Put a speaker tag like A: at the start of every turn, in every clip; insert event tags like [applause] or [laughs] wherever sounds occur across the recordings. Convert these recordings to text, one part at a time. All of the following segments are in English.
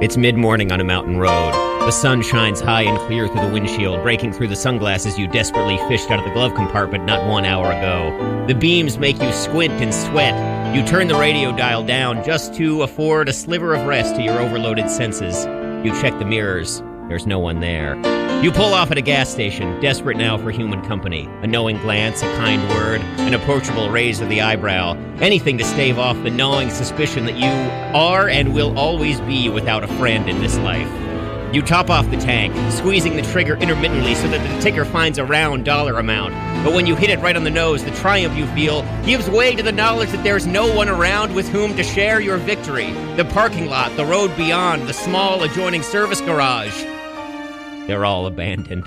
A: It's mid morning on a mountain road. The sun shines high and clear through the windshield, breaking through the sunglasses you desperately fished out of the glove compartment not one hour ago. The beams make you squint and sweat. You turn the radio dial down just to afford a sliver of rest to your overloaded senses. You check the mirrors. There's no one there. You pull off at a gas station, desperate now for human company. A knowing glance, a kind word, an approachable raise of the eyebrow. Anything to stave off the gnawing suspicion that you are and will always be without a friend in this life. You top off the tank, squeezing the trigger intermittently so that the ticker finds a round dollar amount. But when you hit it right on the nose, the triumph you feel gives way to the knowledge that there's no one around with whom to share your victory. The parking lot, the road beyond, the small adjoining service garage. They're all abandoned.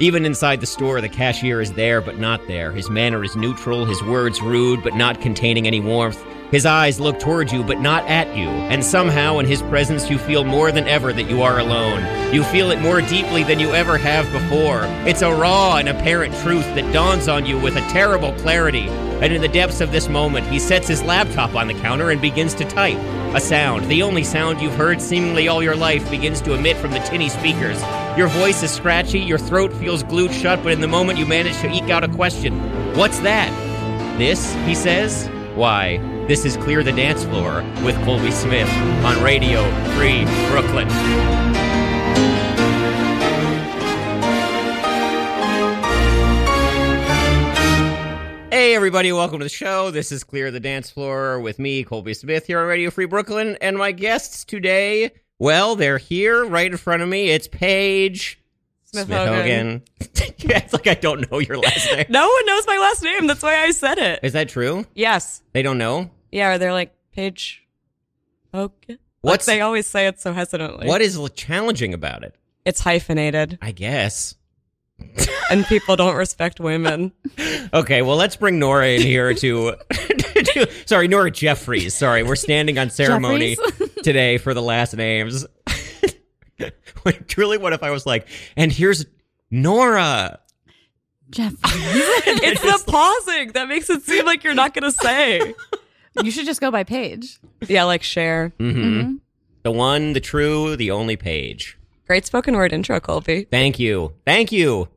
A: Even inside the store, the cashier is there but not there. His manner is neutral, his words rude but not containing any warmth. His eyes look toward you but not at you. And somehow, in his presence, you feel more than ever that you are alone. You feel it more deeply than you ever have before. It's a raw and apparent truth that dawns on you with a terrible clarity. And in the depths of this moment, he sets his laptop on the counter and begins to type. A sound, the only sound you've heard seemingly all your life, begins to emit from the tinny speakers. Your voice is scratchy, your throat feels glued shut, but in the moment you manage to eke out a question. What's that? This, he says? Why, this is Clear the Dance Floor with Colby Smith on Radio Free Brooklyn. Hey, everybody, welcome to the show. This is Clear the Dance Floor with me, Colby Smith, here on Radio Free Brooklyn. And my guests today, well, they're here right in front of me. It's Paige
B: Smith
A: Smith-Hogan. [laughs] yeah, it's like I don't know your last name.
B: No one knows my last name. That's why I said it.
A: Is that true?
B: Yes.
A: They don't know?
B: Yeah, or they're like, Paige Hogan. Like
A: What's
B: they always say it so hesitantly.
A: What is l- challenging about it?
B: It's hyphenated,
A: I guess.
B: and people don't respect [laughs] women.
A: Okay, well, let's bring Nora in here to. [laughs] to- sorry, Nora Jeffries. Sorry, we're standing on ceremony today for the last names. [laughs] Like, Truly, what if I was like, and here's Nora?
C: Jeff,
B: it's the pausing that makes it seem like you're not going to say. [laughs]
C: you should just go by page.
B: yeah, like share.
A: Mm. The one, the true, the only page.
B: Great spoken word intro, Colby.
A: Thank you. Thank you.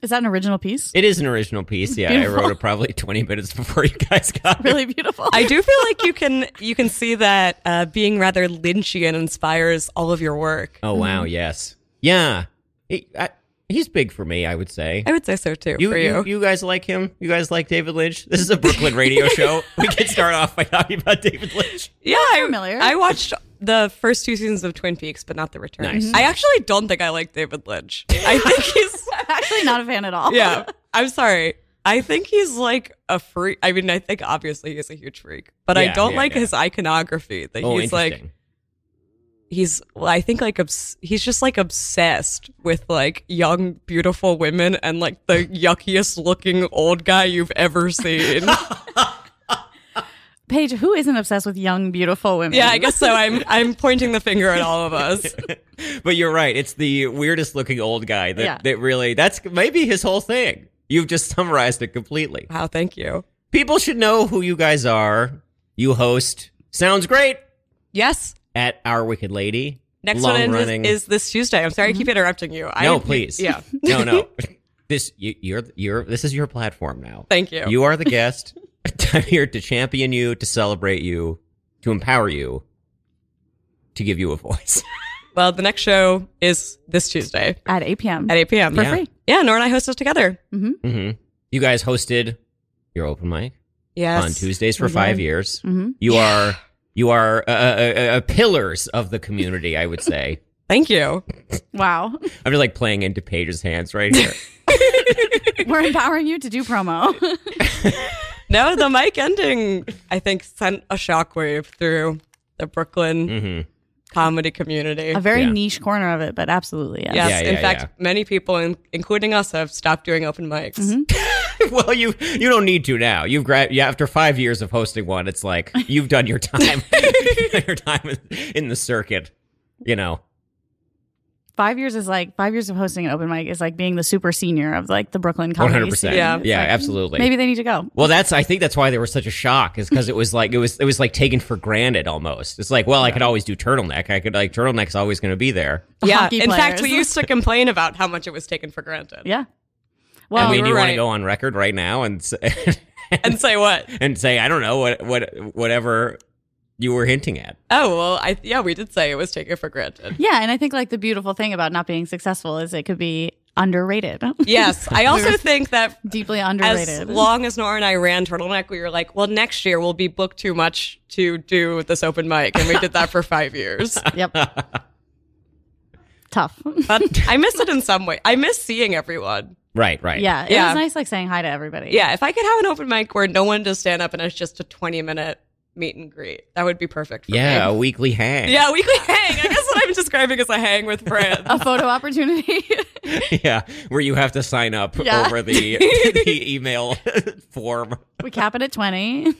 C: Is that an original piece?
A: It is an original piece. Yeah, I
C: Beautiful.
A: wrote it probably 20 minutes before you guys got it.
C: [laughs] really beautiful.
B: I do feel like you can you can see that uh, being rather Lynchian inspires all of your work.
A: Oh, wow. Yes. Yeah. He, I, he's big for me, I would say.
B: I would say so too
A: You,
B: for
A: you.
B: you.
A: you guys like him? You guys like David Lynch? This is a Brooklyn [laughs] radio show. We can start off by talking about David Lynch.
B: Yeah, I,
C: familiar.
B: I watched the first two seasons of Twin Peaks, but not the return.
A: Nice.
B: I actually don't think I like David Lynch. I think he's
C: [laughs]
B: [laughs]
C: actually not a fan at all.
B: yeah. I'm sorry. I think he's like a freak. I mean, I think obviously he's a huge freak, but I
A: Yeah,
B: don't
A: yeah,
B: like
A: yeah.
B: his iconography. That
A: [laughs] Oh,
B: he's like
A: interesting.
B: he's well, I think like obs- he's just like obsessed with like young beautiful women and like the yuckiest looking old guy you've
A: [laughs]
B: ever seen.
C: [laughs] Paige, who isn't obsessed with young, beautiful women?
B: yeah, I guess so. I'm I'm pointing the finger at all of us.
A: But you're right. It's the weirdest looking old guy that,
C: Yeah.
A: that really, that's maybe his whole thing. You've just summarized it completely.
B: Wow, thank you.
A: People should know who you guys are. You host Sounds Great
B: Yes,
A: at Our Wicked Lady.
B: Next
A: Long
B: one is,
A: running.
B: is this Tuesday. I'm sorry,
C: Mm-hmm.
B: I keep interrupting you. I,
A: no, please.
B: Yeah.
A: [laughs] no,
B: [laughs]
A: no. This you, you're you're this is your platform now.
B: Thank you.
A: You
B: [laughs]
A: are the guest. [laughs] I'm here to champion you, to celebrate you, to empower you, to give you a
B: [laughs]
A: voice.
B: Well, the next show is this Tuesday
C: At 8 p.m.
B: at 8 p.m.
C: for
A: Yeah.
C: free.
B: Yeah, Nora and I host us together.
A: hmm You guys hosted your open mic
B: Yes. Mm-hmm.
A: on Tuesdays for
C: We did.
A: five years.
C: hmm
A: You are you are uh, uh, uh, uh, pillars of the community. I would
B: [laughs]
A: say.
B: Thank you.
C: Wow. [laughs]
A: I'm just like playing into Paige's hands right here.
C: We're empowering you to do promo.
B: No, the [laughs] mic ending, I think, sent a shockwave through the Brooklyn
A: hmm
B: comedy community.
C: a very
A: Yeah.
C: niche corner of it, but absolutely. Yes.
B: Yes.
A: Yeah,
B: in
A: yeah,
B: fact,
A: yeah.
B: many people, in, including us, have stopped doing open mics.
A: [laughs]
C: Mm-hmm.
A: well, you you don't need to now. You've gra- yeah, after five years of hosting one, it's like you've done [laughs] your time, You've done your time in the circuit. You know,
C: five years is like five years of hosting an open mic is like being the super senior of like the Brooklyn
A: One
C: comedy.
A: hundred percent.
C: scene.
A: Yeah,
B: Yeah.
C: It's
A: yeah,
C: like,
A: absolutely.
C: Maybe they need to go.
A: Well, that's I think that's why there was such a shock is because it was like it was it was like taken for granted almost. It's like, well, I could always do turtleneck. I could like turtleneck's always going to be there.
B: Yeah.
C: Hockey
B: In fact,
C: players.
B: we used to complain about how much it was taken for granted.
C: Yeah.
A: I
C: Well,
A: mean,
B: were
A: do you want to
B: right.
A: go on record right now and say,
B: And say what?
A: and say I don't know what what whatever you were hinting at.
B: Oh well, I yeah, we did say it was taken for granted.
C: yeah, and I think like the beautiful thing about not being successful is it could be underrated,
B: Yes, I also think that
C: [laughs] deeply
B: as
C: underrated.
B: long as Nora and I ran turtleneck, we were like, well, next year we'll be booked too much to do this open mic, and we did that for five
C: [laughs]
B: years. [laughs]
C: yep. Tough.
B: But I miss it in some way. I miss seeing everyone.
A: Right, right.
C: Yeah, it
B: Yeah.
C: was nice like saying hi to everybody.
B: Yeah, if I could have an open mic where no one does stand up and it's just a twenty minute meet and greet, that would be perfect. For
A: yeah. A
B: me.
A: weekly hang.
B: yeah, weekly hang. I guess what I'm describing is a hang with
C: [laughs]
B: friends. [laughs]
C: a photo opportunity.
A: [laughs]
C: [laughs]
A: yeah, where you have to sign up
C: Yeah.
A: over the the email [laughs] form
C: we cap it at
B: [laughs]
C: twenty.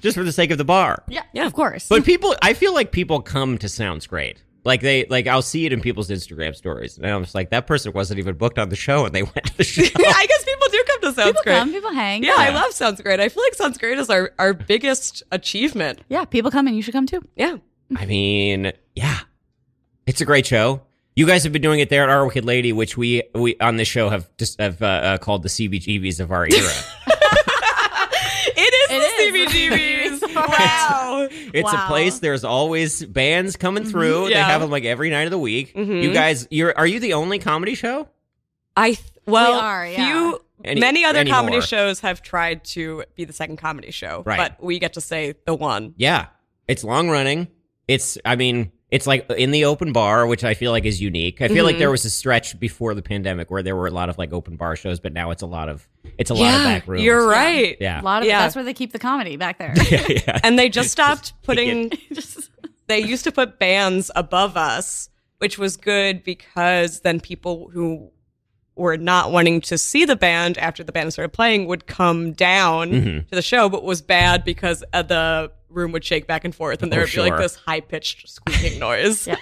A: just for the sake of the bar.
C: Yeah, yeah, of course.
A: But people, I feel like people come to Sounds Great. Like they, like I'll see it in people's Instagram stories, and I'm just like, that person wasn't even booked on the show, and they [laughs] went to the show.
B: [laughs] I guess people do come to Sounds
C: people
B: Great.
C: come, people hang.
B: Yeah, I
A: Yeah.
B: love Sounds Great. I feel like Sounds Great is our, our biggest achievement.
C: yeah, people come, and you should come too.
B: Yeah.
A: I mean, yeah, it's a great show. You guys have been doing it there at Our Wicked Lady, which we we on this show have just have uh, uh, called the CBGBs of our era.
B: [laughs] It is the
C: [laughs] It is.
B: CBGBs.
A: [laughs]
B: wow. Mm-hmm.
A: It's a
C: Wow.
A: place. There's always bands coming through. They
B: Yeah.
A: have them like every night of the week.
B: Mhm.
A: You guys, you're are you the only comedy show?
B: I th- well,
C: We are, yeah.
B: few
A: Any-
B: many other
A: anymore.
B: comedy shows have tried to be the second comedy show,
A: Right.
B: but we get to say the one.
A: Yeah, it's long running. It's I mean, it's like in the open bar, which I feel like is unique. I feel like
B: Mhm.
A: there was a stretch before the pandemic where there were a lot of like open bar shows, but now it's a lot of it's a lot of back rooms.
B: You're right.
A: Yeah.
C: A lot of
B: Yeah.
C: that's where they keep the comedy
B: [laughs]
C: back there.
A: yeah, yeah. [laughs]
B: And they just stopped putting
C: [laughs] Just-
B: they used to put bands above us, which was good because then people who were not wanting to see the band after the band started playing would come down
A: Mhm.
B: to the show, but was bad because uh, the room would shake back and forth and there
A: Oh,
B: would be
A: sure.
B: like this high pitched squeaking noise.
C: Yeah.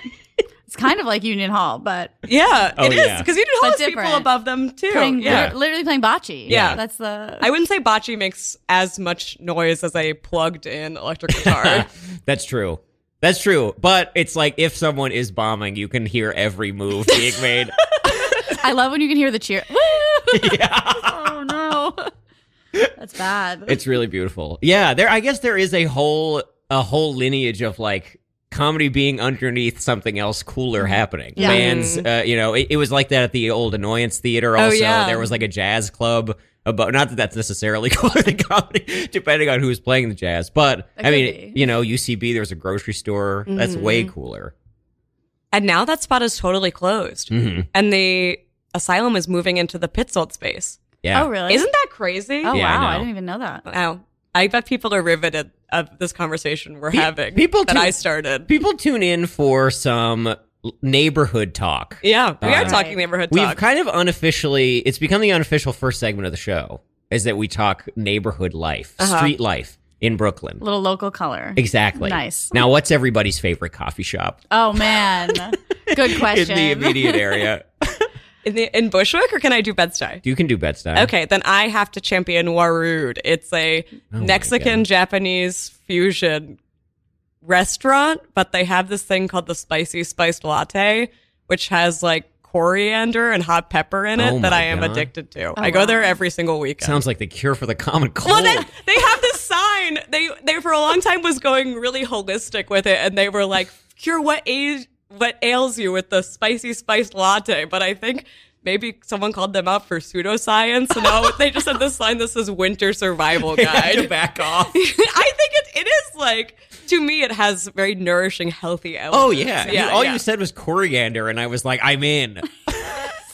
C: it's kind of like Union Hall, but
B: [laughs] Yeah,
A: Oh,
B: it is
A: yeah.
B: because you didn't
C: But
B: hold people
C: different.
B: above them too.
C: playing
B: yeah.
C: lit- literally playing bocce.
B: Yeah.
C: that's the.
B: I wouldn't say bocce makes as much noise as a plugged in electric
A: [laughs]
B: guitar.
A: That's true. That's true. But it's like if someone is bombing, you can hear every move being made.
C: I love when you can hear
B: [laughs]
C: the cheer. Woo! [laughs] oh no, that's bad.
A: it's really beautiful. Yeah, there I guess there is a whole a whole lineage of like comedy being underneath something else cooler happening.
C: Mm-hmm. Yeah. Mm-hmm.
A: Bands, uh, you know, it, it was like that at the old Annoyance Theater
C: Oh,
A: also.
B: yeah.
A: There was like a jazz club about not that that's necessarily [laughs] cooler than comedy depending on who's playing the jazz, but
C: That
A: I
C: could
A: mean,
C: be. Mm-hmm.
A: you know, UCB there was a grocery store. That's way cooler.
B: and now that spot is totally closed.
A: Mhm.
B: and the asylum is moving into the Pitzold space.
A: Yeah.
C: Oh really?
B: Isn't that crazy?
C: Oh
A: Yeah, I
C: wow, I,
A: know.
C: didn't even know that.
B: Wow. I bet people are riveted of this conversation we're
A: Pe-
B: having.
A: people
B: that
A: do-
B: I started.
A: People tune in for some l- neighborhood talk.
B: yeah, we are
A: Alright.
B: talking neighborhood
A: We've
B: talk.
A: kind of unofficially, it's become the unofficial first segment of the show, is that we talk neighborhood life,
B: Uh-huh.
A: street life in Brooklyn.
C: Little local color.
A: Exactly.
C: Nice.
A: Now, what's everybody's favorite coffee shop
B: [laughs]
C: Oh man, good
A: in
C: question.
A: the immediate area?
B: in, the, in Bushwick, or can I do Bed-Stuy?
A: [laughs] you can do Bed-Stuy.
B: Okay, then I have to champion Warud. It's a
A: Oh my
B: Mexican Japanese fusion restaurant, but they have this thing called the spicy spiced latte, which has like coriander and hot pepper in it
A: Oh
B: that
A: my
B: I am
A: God.
B: addicted to. I go there every single weekend.
A: Sounds like the cure for the common cold.
B: Well, [laughs] then they have this sign. They they for a long time was going really holistic with it, and they were like, "Cure what age, what ails you with the spicy spiced latte." But I think maybe someone called them out for pseudoscience. No, they just had this sign. This is winter
A: [laughs]
B: survival
A: I had to
B: guide. [laughs]
A: back off.
B: I think it, it is like to me, it has very nourishing, healthy elements.
A: Oh, yeah. You-
B: yeah.
A: all
B: yeah.
A: you said was coriander, and I was like, I'm
B: [laughs]
A: in.
C: [laughs]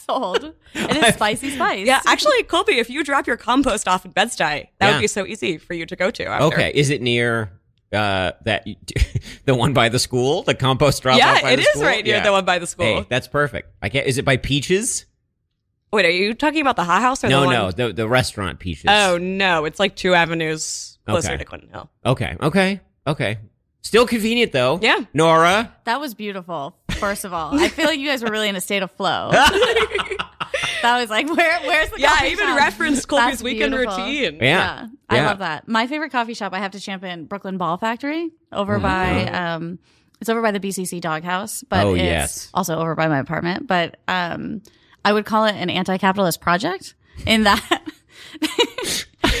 C: Sold. It is spicy spice.
B: Yeah, actually, Colby, if you drop your compost off in Bed-Stuy, that
A: Yeah.
B: would be so easy for you to go to. After.
A: Okay. Is it near uh, that [laughs] the one by the school? The compost drop off
B: Yeah,
A: by
B: it
A: the
B: is
A: school?
B: right near
A: Yeah.
B: the one by the school.
A: Hey, that's perfect. I can't, is it by Peaches?
B: Wait, are you talking about the hot house or
A: no,
B: the one?
A: no, the the restaurant peaches.
B: Oh no, it's like two avenues closer
A: Okay.
B: to Clinton Hill.
A: okay, okay, okay. Still convenient though.
B: Yeah.
A: Nora,
C: that was beautiful. First of all, I feel like you guys were really in a state
B: [laughs]
C: of flow. that was like, where, where's the
B: yeah, I
C: coffee
B: even
C: shop? [laughs]
B: referenced Colby's
C: That's
B: weekend
C: beautiful.
B: routine.
A: Yeah.
C: Uh, I
A: Yeah.
C: love that. My favorite coffee shop I have to champion Brooklyn Ball Factory over
A: Mm-hmm.
C: by um it's over by the BCC doghouse, but
A: Oh,
C: it's
A: yes.
C: also over by my apartment, but um I would call it an anti-capitalist project in that [laughs]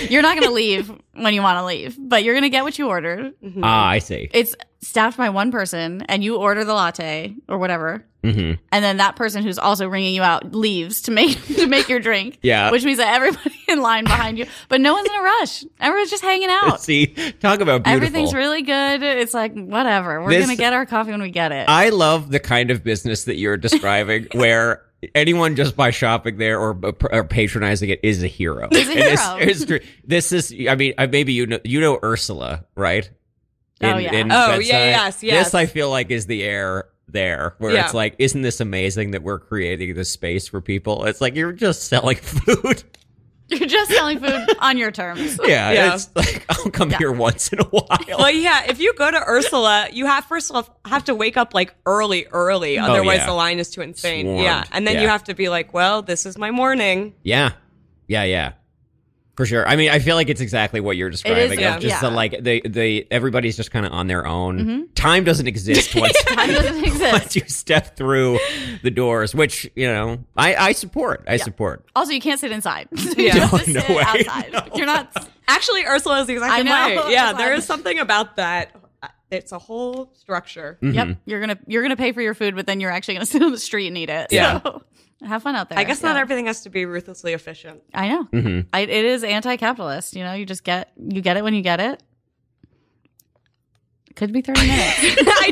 C: you're not going to leave when you want to leave, but you're going to get what you ordered.
A: Ah, I see.
C: It's staffed by one person and you order the latte or whatever.
A: hmm
C: And then that person who's also ringing you out leaves to make [laughs] to make your drink.
A: [laughs] Yeah.
C: which means that everybody [laughs] in line behind you, but no one's in a rush. Everyone's just hanging out.
A: See, talk about beautiful.
C: Everything's really good. It's like whatever. We're
A: This-
C: gonna get our coffee when we get it.
A: I love the kind of business that you're
C: [laughs]
A: describing where anyone just by shopping there or, uh, or patronizing it is a hero.
C: Is a
A: And it's-
C: hero.
A: it's true. this is, I mean, I- maybe you know, you know Ursula, right?
C: Oh,
B: Oh,
C: yeah.
B: yeah,
A: Bedside.
B: yes, yes.
A: This I feel like is the air there where
B: Yeah.
A: it's like, isn't this amazing that we're creating this space for people? It's like you're just selling [laughs] food.
C: [laughs] You're just selling food on
A: [laughs]
C: your terms.
A: yeah,
B: Yeah.
A: It's like, I'll come
C: Yeah.
A: here once in a while.
B: Well, yeah, if you go to Ursula, you have first off have to wake up like early, early. Otherwise,
A: Oh, yeah.
B: the line is too insane.
A: Swarmed,
B: Yeah, and then
A: yeah.
B: you have to be like, well, this is my morning.
A: Yeah. Yeah, yeah. For sure. I mean, I feel like it's exactly what you're describing. of
C: yeah.
A: just
C: Yeah.
A: the like the the everybody's just kind of on their own. Time doesn't exist once,
C: Time
A: [laughs]
C: doesn't
A: once
C: exist.
A: you step through the doors, which, you know, I I support. I support.
C: Also, you can't sit inside. [laughs] You
B: Yeah.
C: have to
A: No, no
C: sit
A: way.
C: outside.
A: No.
C: You're not.
B: Actually, Ursula is the exact
C: I
B: same
C: know. [laughs]
B: way. Yeah,
C: That's
B: there
C: why-
B: is something about that. It's a whole structure.
A: Mm-hmm.
C: Yep. You're gonna you're gonna pay for your food, but then you're actually gonna [laughs] sit on the street and eat it.
A: Yeah.
C: So, [laughs] have fun out there.
B: I guess not
C: Yeah.
B: everything has to be ruthlessly efficient.
C: I know.
A: Mm-hmm.
C: I, it is anti-capitalist. You know, you just get you get it when you get it. Could be thirty minutes.
B: [laughs] I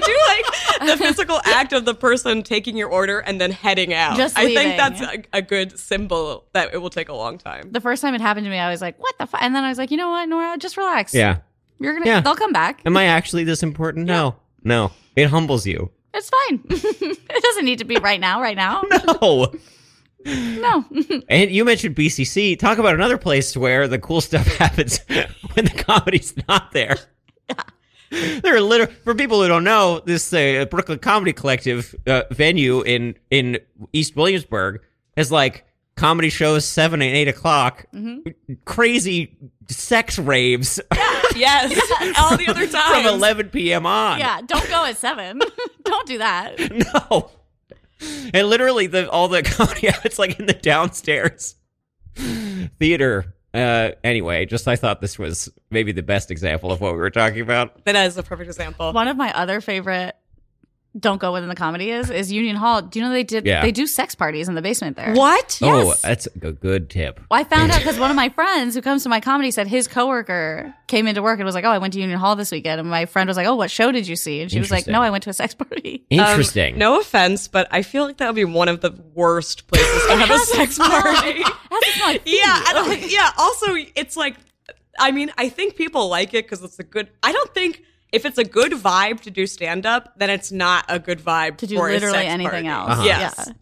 B: do like the physical act of the person taking your order and then heading out.
C: Just
B: I
C: leaving.
B: think that's a, a good symbol that it will take a long time.
C: the first time it happened to me, I was like, "What the?" Fu-? And then I was like, "You know what, Nora? Just relax.
A: Yeah.
C: you're gonna.
A: Yeah.
C: They'll come back.
A: Am I actually this important? No. No. It humbles you.
C: It's fine. [laughs] it doesn't need to be right now. Right now.
A: No.
C: [laughs] No.
A: [laughs]
C: [laughs]
A: And you mentioned BCC. Talk about another place where the cool stuff [laughs] happens when the comedy's not there. There are literally, for people who don't know, this uh, Brooklyn Comedy Collective uh, venue in in East Williamsburg has like comedy shows seven and eight o'clock, crazy sex raves
B: [laughs]
A: [laughs]
B: yes, [laughs] all the other
A: from
B: times.
A: eleven p.m. on.
C: yeah. Don't go at seven. [laughs] don't do that.
A: [laughs] No. And literally the all the [laughs] comedy it's like in the downstairs theater. Uh anyway, just I thought this was maybe the best example of what we were talking about.
B: That is a perfect example.
C: One of my other favorite. Don't go within the comedy is is Union Hall. Do you know they did?
A: Yeah.
C: They do sex parties in the basement there.
B: What?
A: Oh, that's a good tip.
C: Well, I found out because one of my friends who comes to my comedy said his coworker came into work and was like, "Oh, I went to Union Hall this weekend." And my friend was like, "Oh, what show did you see?" And she was like,
A: Interesting.
C: "No, I went to a sex [laughs] party."
A: Interesting.
B: No offense, but I feel like that would be one of the worst places to
C: [laughs]
B: have a sex party.
C: That's just my feet.
B: [laughs] yeah, I don't, yeah. Also, it's like, I mean, I think people like it because it's a good. I don't think if it's a good vibe to do stand up, then it's not a good vibe
C: to do
B: for a
C: literally
B: sex
C: anything
B: party.
C: else.
A: Uh-huh.
B: Yes.
C: Yeah.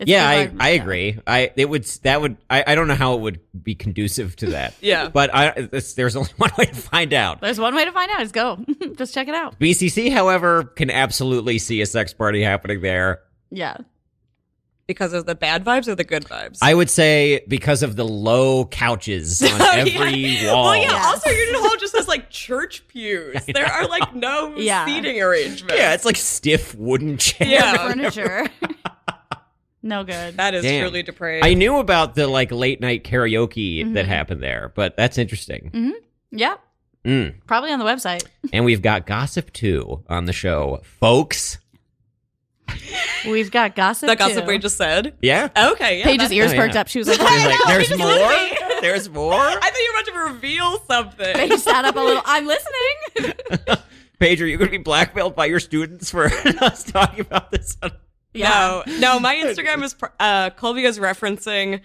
C: It's
A: yeah, I,
C: good vibe.
A: I agree. I it would that would I, I don't know how it would be conducive to that.
B: Yeah.
A: But I it's, there's only [laughs] one way to find out.
C: There's one way to find out. Is go. [laughs] just check it out.
A: BCC, however, can absolutely see a sex party happening there.
C: Yeah.
B: because of the bad vibes or the good vibes. [laughs]
A: I would say because of the low couches on
B: Oh, yeah.
A: every wall.
B: Well, yeah.
C: Yes.
B: Also, Union Hall just has like church
A: [laughs]
B: pews. There are like no
C: Yeah.
B: seating arrangements.
A: Yeah, it's like stiff wooden chairs.
B: Yeah.
C: [laughs] No furniture. no good.
B: that is
A: Damn.
B: truly depraved.
A: I knew about the like late night karaoke
B: Mm-hmm.
A: that happened there, but that's interesting.
C: Yeah.
A: Mm.
C: Probably on the website.
A: And we've got gossip too on the show, folks.
C: We've got gossip.
B: the gossip
C: too.
B: we just said. [laughs]
A: Yeah.
B: Okay, yeah.
C: Paige's
B: that-
C: ears
A: Oh,
C: perked
A: yeah.
C: up.
A: [laughs]
C: She was like,
A: There's,
C: "What?"
A: like, there's
B: listening.
A: more. There's more.
B: [laughs] I think you're about to reveal something.
C: Paige sat up a little. I'm listening.
B: [laughs]
A: Paige, are you going to be blackmailed by your students for [laughs] us talking about this? on-
B: No, no. My Instagram is pr- uh, Colby is referencing.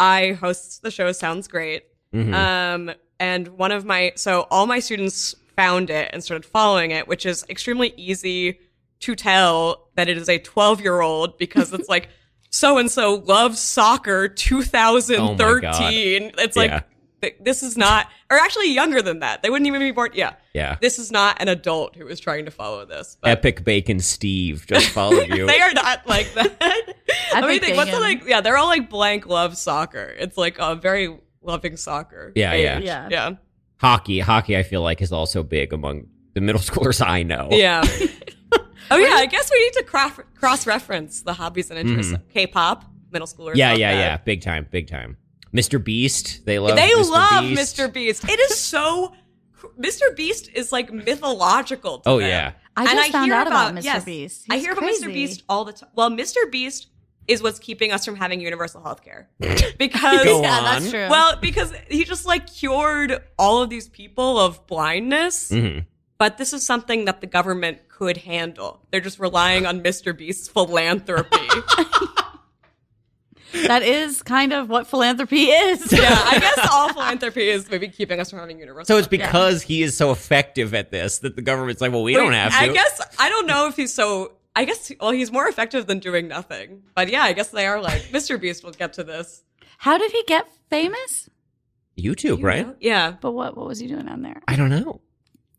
B: I host the show. Sounds great. Um, and one of my so all my students found it and started following it, which is extremely easy to tell that it is a 12 year old because it's like [laughs] so and so loves soccer 2013. It's like
A: Yeah.
B: th- this is not, or actually younger than that. They wouldn't even be born. Yeah.
A: Yeah.
B: This is not an adult who is trying to follow this. But
A: Epic Bacon Steve just
B: [laughs]
A: followed you.
B: they
A: [laughs]
B: are not like [laughs] that. I mean,
C: Epic
B: think, what's the,
C: bacon.
B: like? Yeah, they're all like blank love soccer. It's like a very loving soccer.
A: Yeah, yeah.
B: age.
C: Yeah.
B: yeah,
A: hockey, hockey, I feel like is also big among the middle schoolers I know. [laughs]
B: yeah. oh yeah, I guess we need to cross reference the hobbies and interests. of K-pop, middle schoolers.
A: Mm-hmm. yeah,
B: love
A: yeah,
B: that.
A: yeah. Big time, big time. Mr. Beast, they love.
B: they
A: Mr.
B: love
A: Beast.
B: Mr. Beast. It is so. Mr. Beast is like mythological. To
A: Oh
B: them.
A: yeah,
C: I
B: And
C: just found
B: hear
C: out about, Mr.
B: yes,
C: Beast.
B: I
C: He's
B: hear
C: crazy.
B: about Mr. Beast all the time. Well, Mr. Beast is what's keeping us from having universal
A: [laughs]
B: health care because
A: Go
C: Yeah,
A: on.
C: that's true.
B: well, because he just like cured all of these people of blindness.
A: Mhm.
B: But this is something that the government could handle. They're just relying on Mr. Beast's philanthropy.
C: [laughs] that is kind of what philanthropy is.
A: [laughs]
B: yeah, I guess all philanthropy is maybe keeping us from having universal.
A: So it's because he is so effective at this that the government's like, well, we don't have to.
B: I guess I don't know if he's so. I guess well, he's more effective than doing nothing. But yeah, I guess they are like Mr. Beast. will get to this.
C: How did he get famous?
A: YouTube, right?
B: Yeah,
C: But what what was he doing on there?
A: I don't know.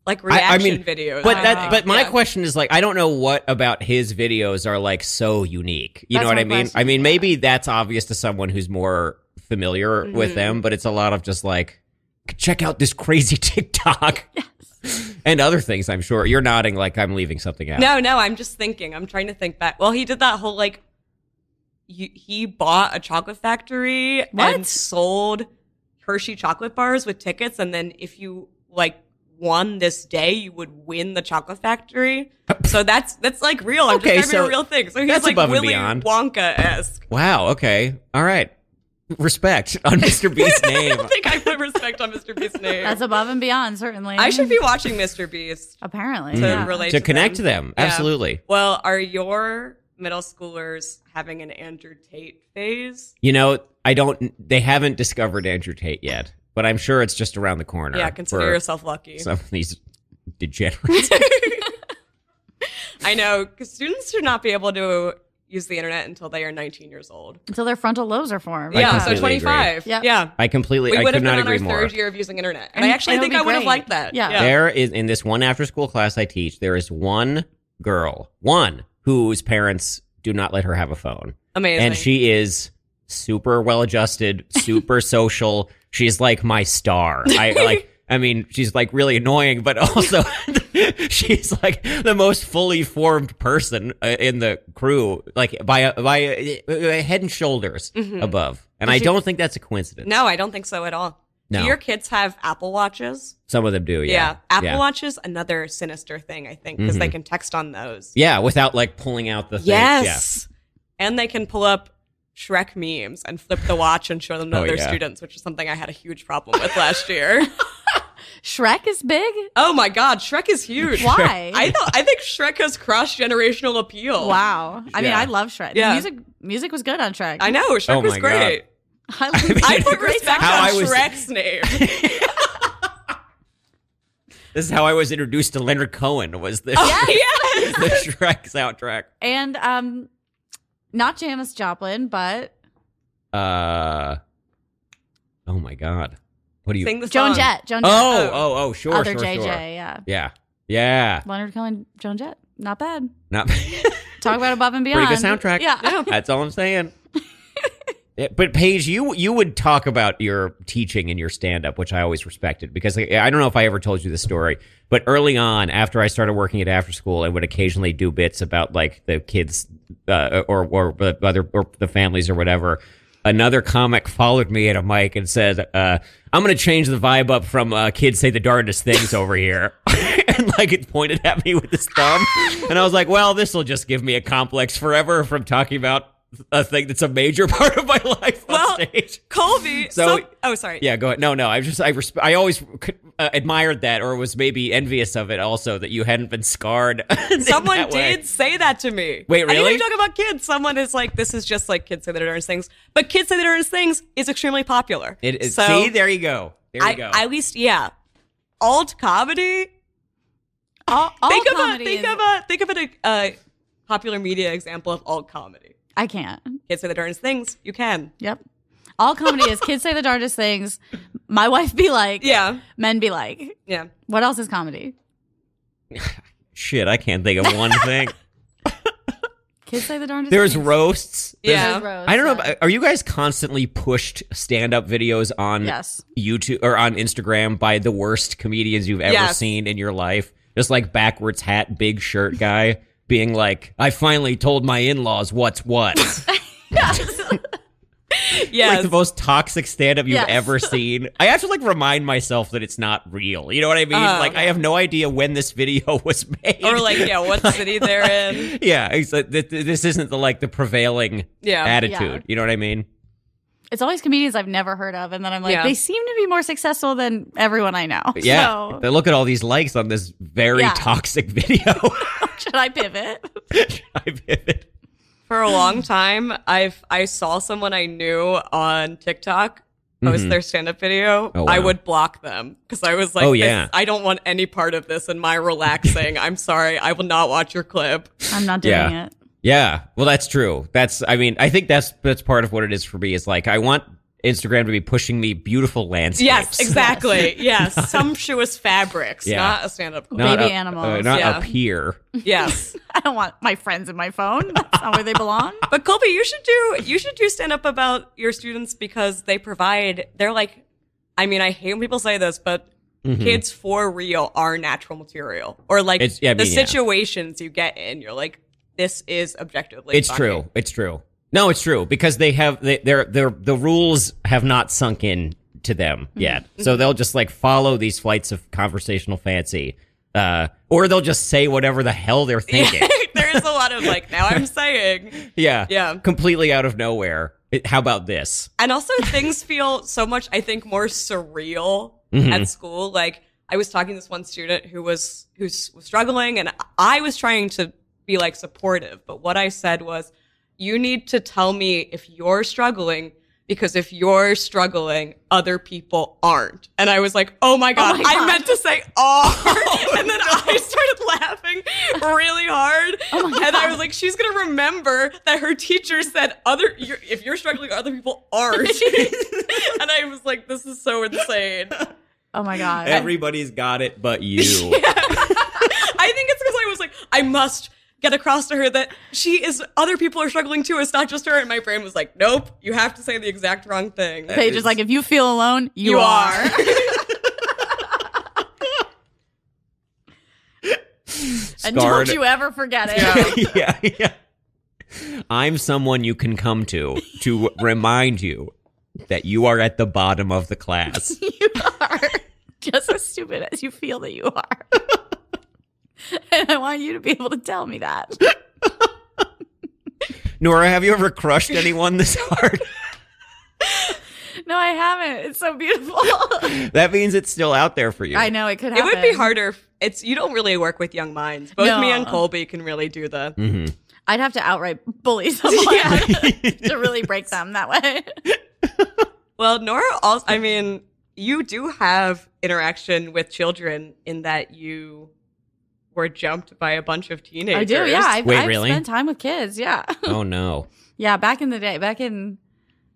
B: like
A: I-
B: reaction
A: I mean,
B: videos.
A: But
B: I
A: that,
B: think.
A: but my
B: Yeah.
A: question is like, I don't know what about his videos are like so unique. You
C: That's
A: know what
C: my
A: I mean?
C: question,
A: I mean,
C: yeah.
A: maybe that's obvious to someone who's more familiar with
B: Mhm.
A: them, but it's a lot of just like, check out this crazy [laughs] TikTok and other things. I'm sure you're nodding like I'm leaving something out.
B: No, no, I'm just thinking. I'm trying to think back. Well, he did that whole like you, he bought a chocolate factory
C: What?
B: and sold Hershey chocolate bars with tickets and then if you like won this day, you would win the chocolate factory. so that's that's like real. I'm
A: Okay,
B: just describing
A: so
B: a real thing. So
A: that's
B: he's like
A: above and
B: Willy
A: beyond.
B: Wonka-esque. [laughs]
A: Wow. Okay. All right. Respect [laughs] on Mr.
B: [laughs]
A: Beast's
B: I
A: name.
B: don't think I put respect on Mr.
A: [laughs]
B: Beast's name.
C: That's above and beyond, certainly.
B: I should be watching Mr. Beast
C: apparently.
B: to
C: yeah.
B: relate
A: to connect
B: them.
A: to them.
B: Yeah.
A: Absolutely.
B: Well, are your middle schoolers having an Andrew Tate phase?
A: You know, I don't. They haven't discovered Andrew Tate yet, but I'm sure it's just around the corner.
B: Yeah, consider
A: for
B: yourself lucky.
A: Some of these degenerates.
B: I know 'cause students should not be able to use the internet until they are 19 years old.
C: Until their frontal lobes are formed.
A: I
B: yeah, so
A: completely
B: 25.
C: agree.
B: Yeah.
A: I completely.
B: [laughs] We
A: I
B: would
A: could
B: have
A: not
B: been on
A: agree
B: our
A: more.
B: third year of using internet. And,
C: And-
B: I actually
C: and it would
B: think
C: be
B: I would have
C: great.
B: liked that.
C: Yeah.
A: There is in this one after school class I teach. There is one girl, one whose parents do not let her have a phone,
B: Amazing.
A: and she is super well adjusted,
B: [laughs]
A: super social. She's like my star. I like. I mean, she's like really annoying, but also [laughs] she's like the most fully formed person uh, in the crew, like by a, by a, a head and shoulders above. And I don't think that's a coincidence.
B: Mm-hmm. No, I don't think so at all.
A: No.
B: Do your kids have Apple Watches?
A: Some of them do, yeah.
B: Apple
A: yeah. Mm-hmm.
B: Watches, another sinister thing, I think, because they can text on those.
A: Yeah, without like pulling out the thing.
B: Yes. And they can pull up Shrek memes and flip the watch and show them to
A: Oh,
B: other
A: yeah.
B: students, which is something I had a huge problem with last year.
C: [laughs]
B: [laughs]
C: Shrek is big?
B: Oh my god, Shrek is huge.
C: Why?
B: [laughs] I thought I think Shrek has cross generational appeal.
C: wow. I mean,
A: Yeah.
C: I love Shrek.
B: Oh. Yeah.
C: The music music was good on Shrek.
B: I know, Shrek
A: Oh
B: was
A: my
B: great.
C: [laughs] I love
A: [laughs]
B: I
A: mean,
B: put respect
A: How
B: on
A: I was-
B: Shrek's name.
C: [laughs]
A: Yeah. This is how I was introduced to Leonard Cohen was this
B: Oh, yes.
A: [laughs] the Shrek soundtrack.
C: and um not Janis Joplin, but
A: Uh Oh my god. What do you
B: Sing the
C: Joan
B: song.
C: Jett. Joan
A: Oh,
C: Jett.
A: oh, oh, sure,
C: Other
A: sure,
C: JJ,
A: sure.
C: yeah.
A: Yeah. Yeah.
C: Leonard Cohen, Joan Jett. Not bad.
A: Not [laughs]
C: Talk about above and beyond.
A: Pretty good soundtrack.
C: Yeah.
A: That's all I'm saying. Yeah, Eh, But Paige, you you would talk about your teaching and your stand up, which I always respected because like, I don't know if I ever told you this story, but early on, after I started working at after school, I would occasionally do bits about like the kids uh, or or the other or the families or whatever. Another comic followed me at a mic and said, uh, "I'm going to change the vibe up from uh, kids say the darndest things over here." [laughs] and like it pointed at me with his thumb. And I was like, well, this will just give me a complex forever from talking about a thing that's a major [laughs] part of my life on
B: Well-
A: stage.
B: Colby.
A: So-
B: So, oh sorry.
A: Yeah, [laughs] go ahead. No, no. I just I resp- I always c- uh, admired that, or was maybe envious of it also that you hadn't been scarred. [laughs] in
B: Someone
A: that way.
B: did say that to me.
A: Wait,
B: I
A: really?
B: didn't talk about kids. Someone is like, this is just like kids say that it earns things. But kids say that it earns things is extrememely popular.
A: It, it,
B: so
A: see, there you go. There you
B: I,
A: go.
B: at least, yeah. Alt comedy.
C: [laughs] All, all
B: think of a
C: comedy
B: think
C: is-
B: of a think of a uh, popular media example of alt comedy.
C: I can't.
B: Kids say the darnest things. You can.
C: Yep. All comedy is kids say the darndest things. my wife be like,
B: Yeah.
C: men be like.
B: Yeah.
C: What else is comedy?
A: Shit, I can't think
B: [laughs]
A: of one thing.
C: Kids say the darndest.
A: There's
C: things.
A: roasts. There's-
B: Yeah.
A: I don't know. If, uh, are you guys constantly pushed stand-up videos on
C: Yes.
A: YouTube or on Instagram by the worst comedians you've ever
B: Yes.
A: seen in your life? Just like backwards hat, big shirt guy being like, "I finally told my in-laws what's
B: [laughs]
A: what."
B: Yes.
A: [laughs] Like the most toxic stand-up you've
C: Yes.
A: ever seen. I have to like remind myself that it's not real. You know what I mean?
B: Uh,
A: like I have no idea when this video [laughs] was made.
B: or like, yeah, what city they're in.
A: [laughs] yeah, it's like, th- th- this isn't the like the prevailing
B: Yeah.
A: attitude.
C: Yeah.
A: You know what I mean?
C: It's always comedians I've never heard of, and then I'm like,
B: Yeah.
C: they seem to be more successful than everyone I know.
A: Yeah. [laughs]
C: So,
A: They look at all these likes on this very
C: Yeah.
A: toxic [laughs] video.
C: should I pivot?
A: I pivot.
B: For a long time, I've I saw someone I knew on TikTok post
A: Mhm.
B: their stand-up video.
A: Oh,
B: I
A: wow.
B: would block them because I was like,
A: Oh,
B: "This-
A: yeah.
B: I don't want any part of this in my relaxing. I'm sorry, I will not watch your clip.
C: I'm not doing
A: Yeah.
C: it.
A: Yeah. Well, that's true. That's I mean, I think that's that's part of what it is for me is like I want Instagram to be pushing me beautiful landscapes.
B: Yes, [laughs] exactly. yes, sumptuous fabrics,
A: Yeah.
B: not a stand-up clip.
A: Not
C: Baby
A: up-
C: animals,
A: Uh, not
B: yeah.
A: up
C: [laughs]
A: here.
B: [laughs] yes.
C: I don't want my friends in my phone. That's not where they belong.
B: But Colby, you should do you should do stand up about your students because they provide they're like I mean, I hate when people say this, but kids for real are natural material. Or like
A: Mm-hmm. It's- yeah, I
B: the
A: mean, yeah.
B: situations you get in, you're like, this is objectively
A: It's
B: funny.
A: true. It's true. No, it's true because they have they, they're they're the rules have not sunk in to them
C: Mm-hmm.
A: yet, so they'll just like follow these flights of conversational fancy, uh, or they'll just say whatever the hell they're thinking.
B: [laughs] there is a lot of like now I'm saying.
A: yeah,
B: Yeah.
A: completely out of nowhere. It- how about this?
B: And also things feel so much, I think, more surreal at school. Like I was talking to this one student who was who s- was struggling and I was trying to be like supportive, but what I said was, you need to tell me if you're struggling because if you're struggling, other people aren't. And I was like, oh my God,
C: my God.
B: I meant to say are. and then I started laughing really hard. and I was like, she's going to remember that her teacher said, other, you're, if you're struggling, other people aren't. and I was like, this is so insane.
C: Oh my god.
A: Everybody's got it, but
C: [laughs]
A: you.
B: I think it's because I was like, I must get across to her that she is, other people are struggling too. It's not just her. And my brain was like, nope, you have to say the exact wrong thing.
C: Paige is like, if you feel alone, you, are.
A: [laughs]
C: And
A: Scarred.
C: don't you ever forget it.
A: [laughs] yeah, yeah. I'm someone you can come to to remind you that you are at the bottom of the
C: [laughs]
A: class.
C: you are just as stupid as you feel that you are. [laughs] and I want you to be able to tell me that.
A: Nora, have you ever crushed anyone this hard?
C: No, I haven't. It's
A: [laughs]
C: so beautiful.
A: that means it's still out there for you.
C: I know it could
B: It
C: happen.
B: would be harder. if- It's you don't really work with young minds. Both me
C: No.
B: and Colby can really do the.
A: hmm
C: I'd have to outright bully someone
B: Yeah.
C: to really break them that way.
B: Well, Nora, also, I mean, you do have interaction with children in that you were jumped by a bunch of teenagers.
C: I do. Yeah, I've,
A: Wait,
C: I've
A: really?
C: spent time with kids. Yeah,
A: [laughs] Oh no.
C: yeah. Back in the day, back in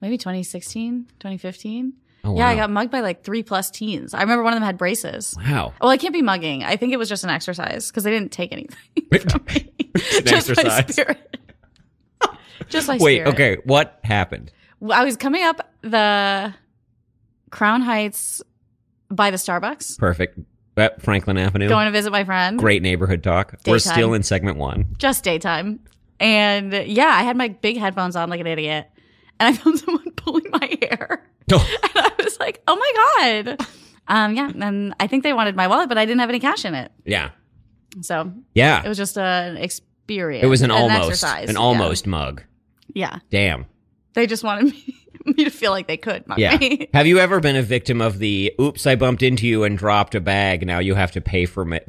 C: maybe 2016, 2015.
A: Oh,
C: Yeah, I
A: wow.
C: got mugged by like three plus teens. I remember one of them had braces.
A: Wow.
C: Well, I can't be mugging. I think it was just an exercise because they didn't take anything. [laughs]
A: [laughs] It's an
C: just my
A: exercise.
C: spirit.
A: [laughs]
C: just my
A: Wait,
C: spirit.
A: okay. What happened?
C: Well, I was coming up the Crown Heights by the Starbucks,
A: Perfect. At Franklin Avenue.
C: going to visit my friend.
A: Great neighborhood talk. We're
C: Daytime.
A: still in segment one.
C: Just daytime. And yeah, I had my big headphones on like an idiot. And I [laughs] found someone pulling my hair.
A: [laughs]
C: [laughs] And I was like, oh my God. Um, yeah. And I think they wanted my wallet, but I didn't have any cash in it.
A: yeah.
C: So
A: Yeah.
C: it was just an experience.
A: It was an, almost
C: exercise.
A: an
C: Yeah.
A: almost mug.
C: Yeah.
A: Damn.
C: They just wanted me, [laughs] me to feel like they could mug [laughs]
A: Yeah.
C: me.
A: have you ever been a victim of the oops, I bumped into you and dropped a bag. Now you have to pay for me,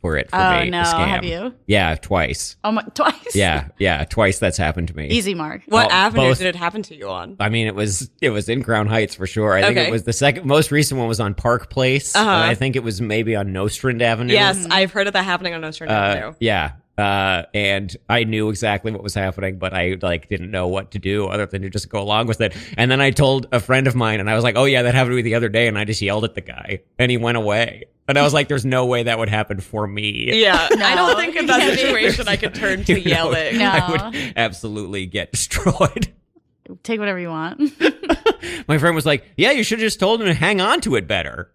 A: for it for
C: Oh
A: me.
C: no,
A: Scam.
C: have you?
A: Yeah, twice.
C: Oh my, twice. [laughs]
A: Yeah, yeah, twice that's happened to me.
C: Easy mark.
B: What
A: Well,
B: avenue
A: both-
B: did it happen to you on?
A: I mean, it was it was in Crown Heights for sure. I think
B: Okay.
A: it was the second most recent one was on Park Place.
B: Uh-huh.
A: and I think it was maybe on Nostrand Avenue.
C: Mm-hmm.
B: Yes, I've heard of that happening on Ocean
A: Uh,
B: Avenue.
A: yeah. Uh, and I knew exactly what was happening, but I like didn't know what to do other than to just go along with it. And then I told a friend of mine, and I was like, "Oh yeah, that happened to me the other day," and I just yelled at the guy, and he went away. And I was like, "There's no way that would happen for me."
B: Yeah, I
C: [laughs] No.
B: don't think in that
C: Yeah.
B: situation I could turn
A: [laughs] You [laughs]
B: to
A: know,
B: yelling.
A: I
C: No.
A: would absolutely get [laughs] destroyed.
C: Take whatever you want. [laughs]
A: My friend was like, "Yeah, you should have just told him to hang on to it better."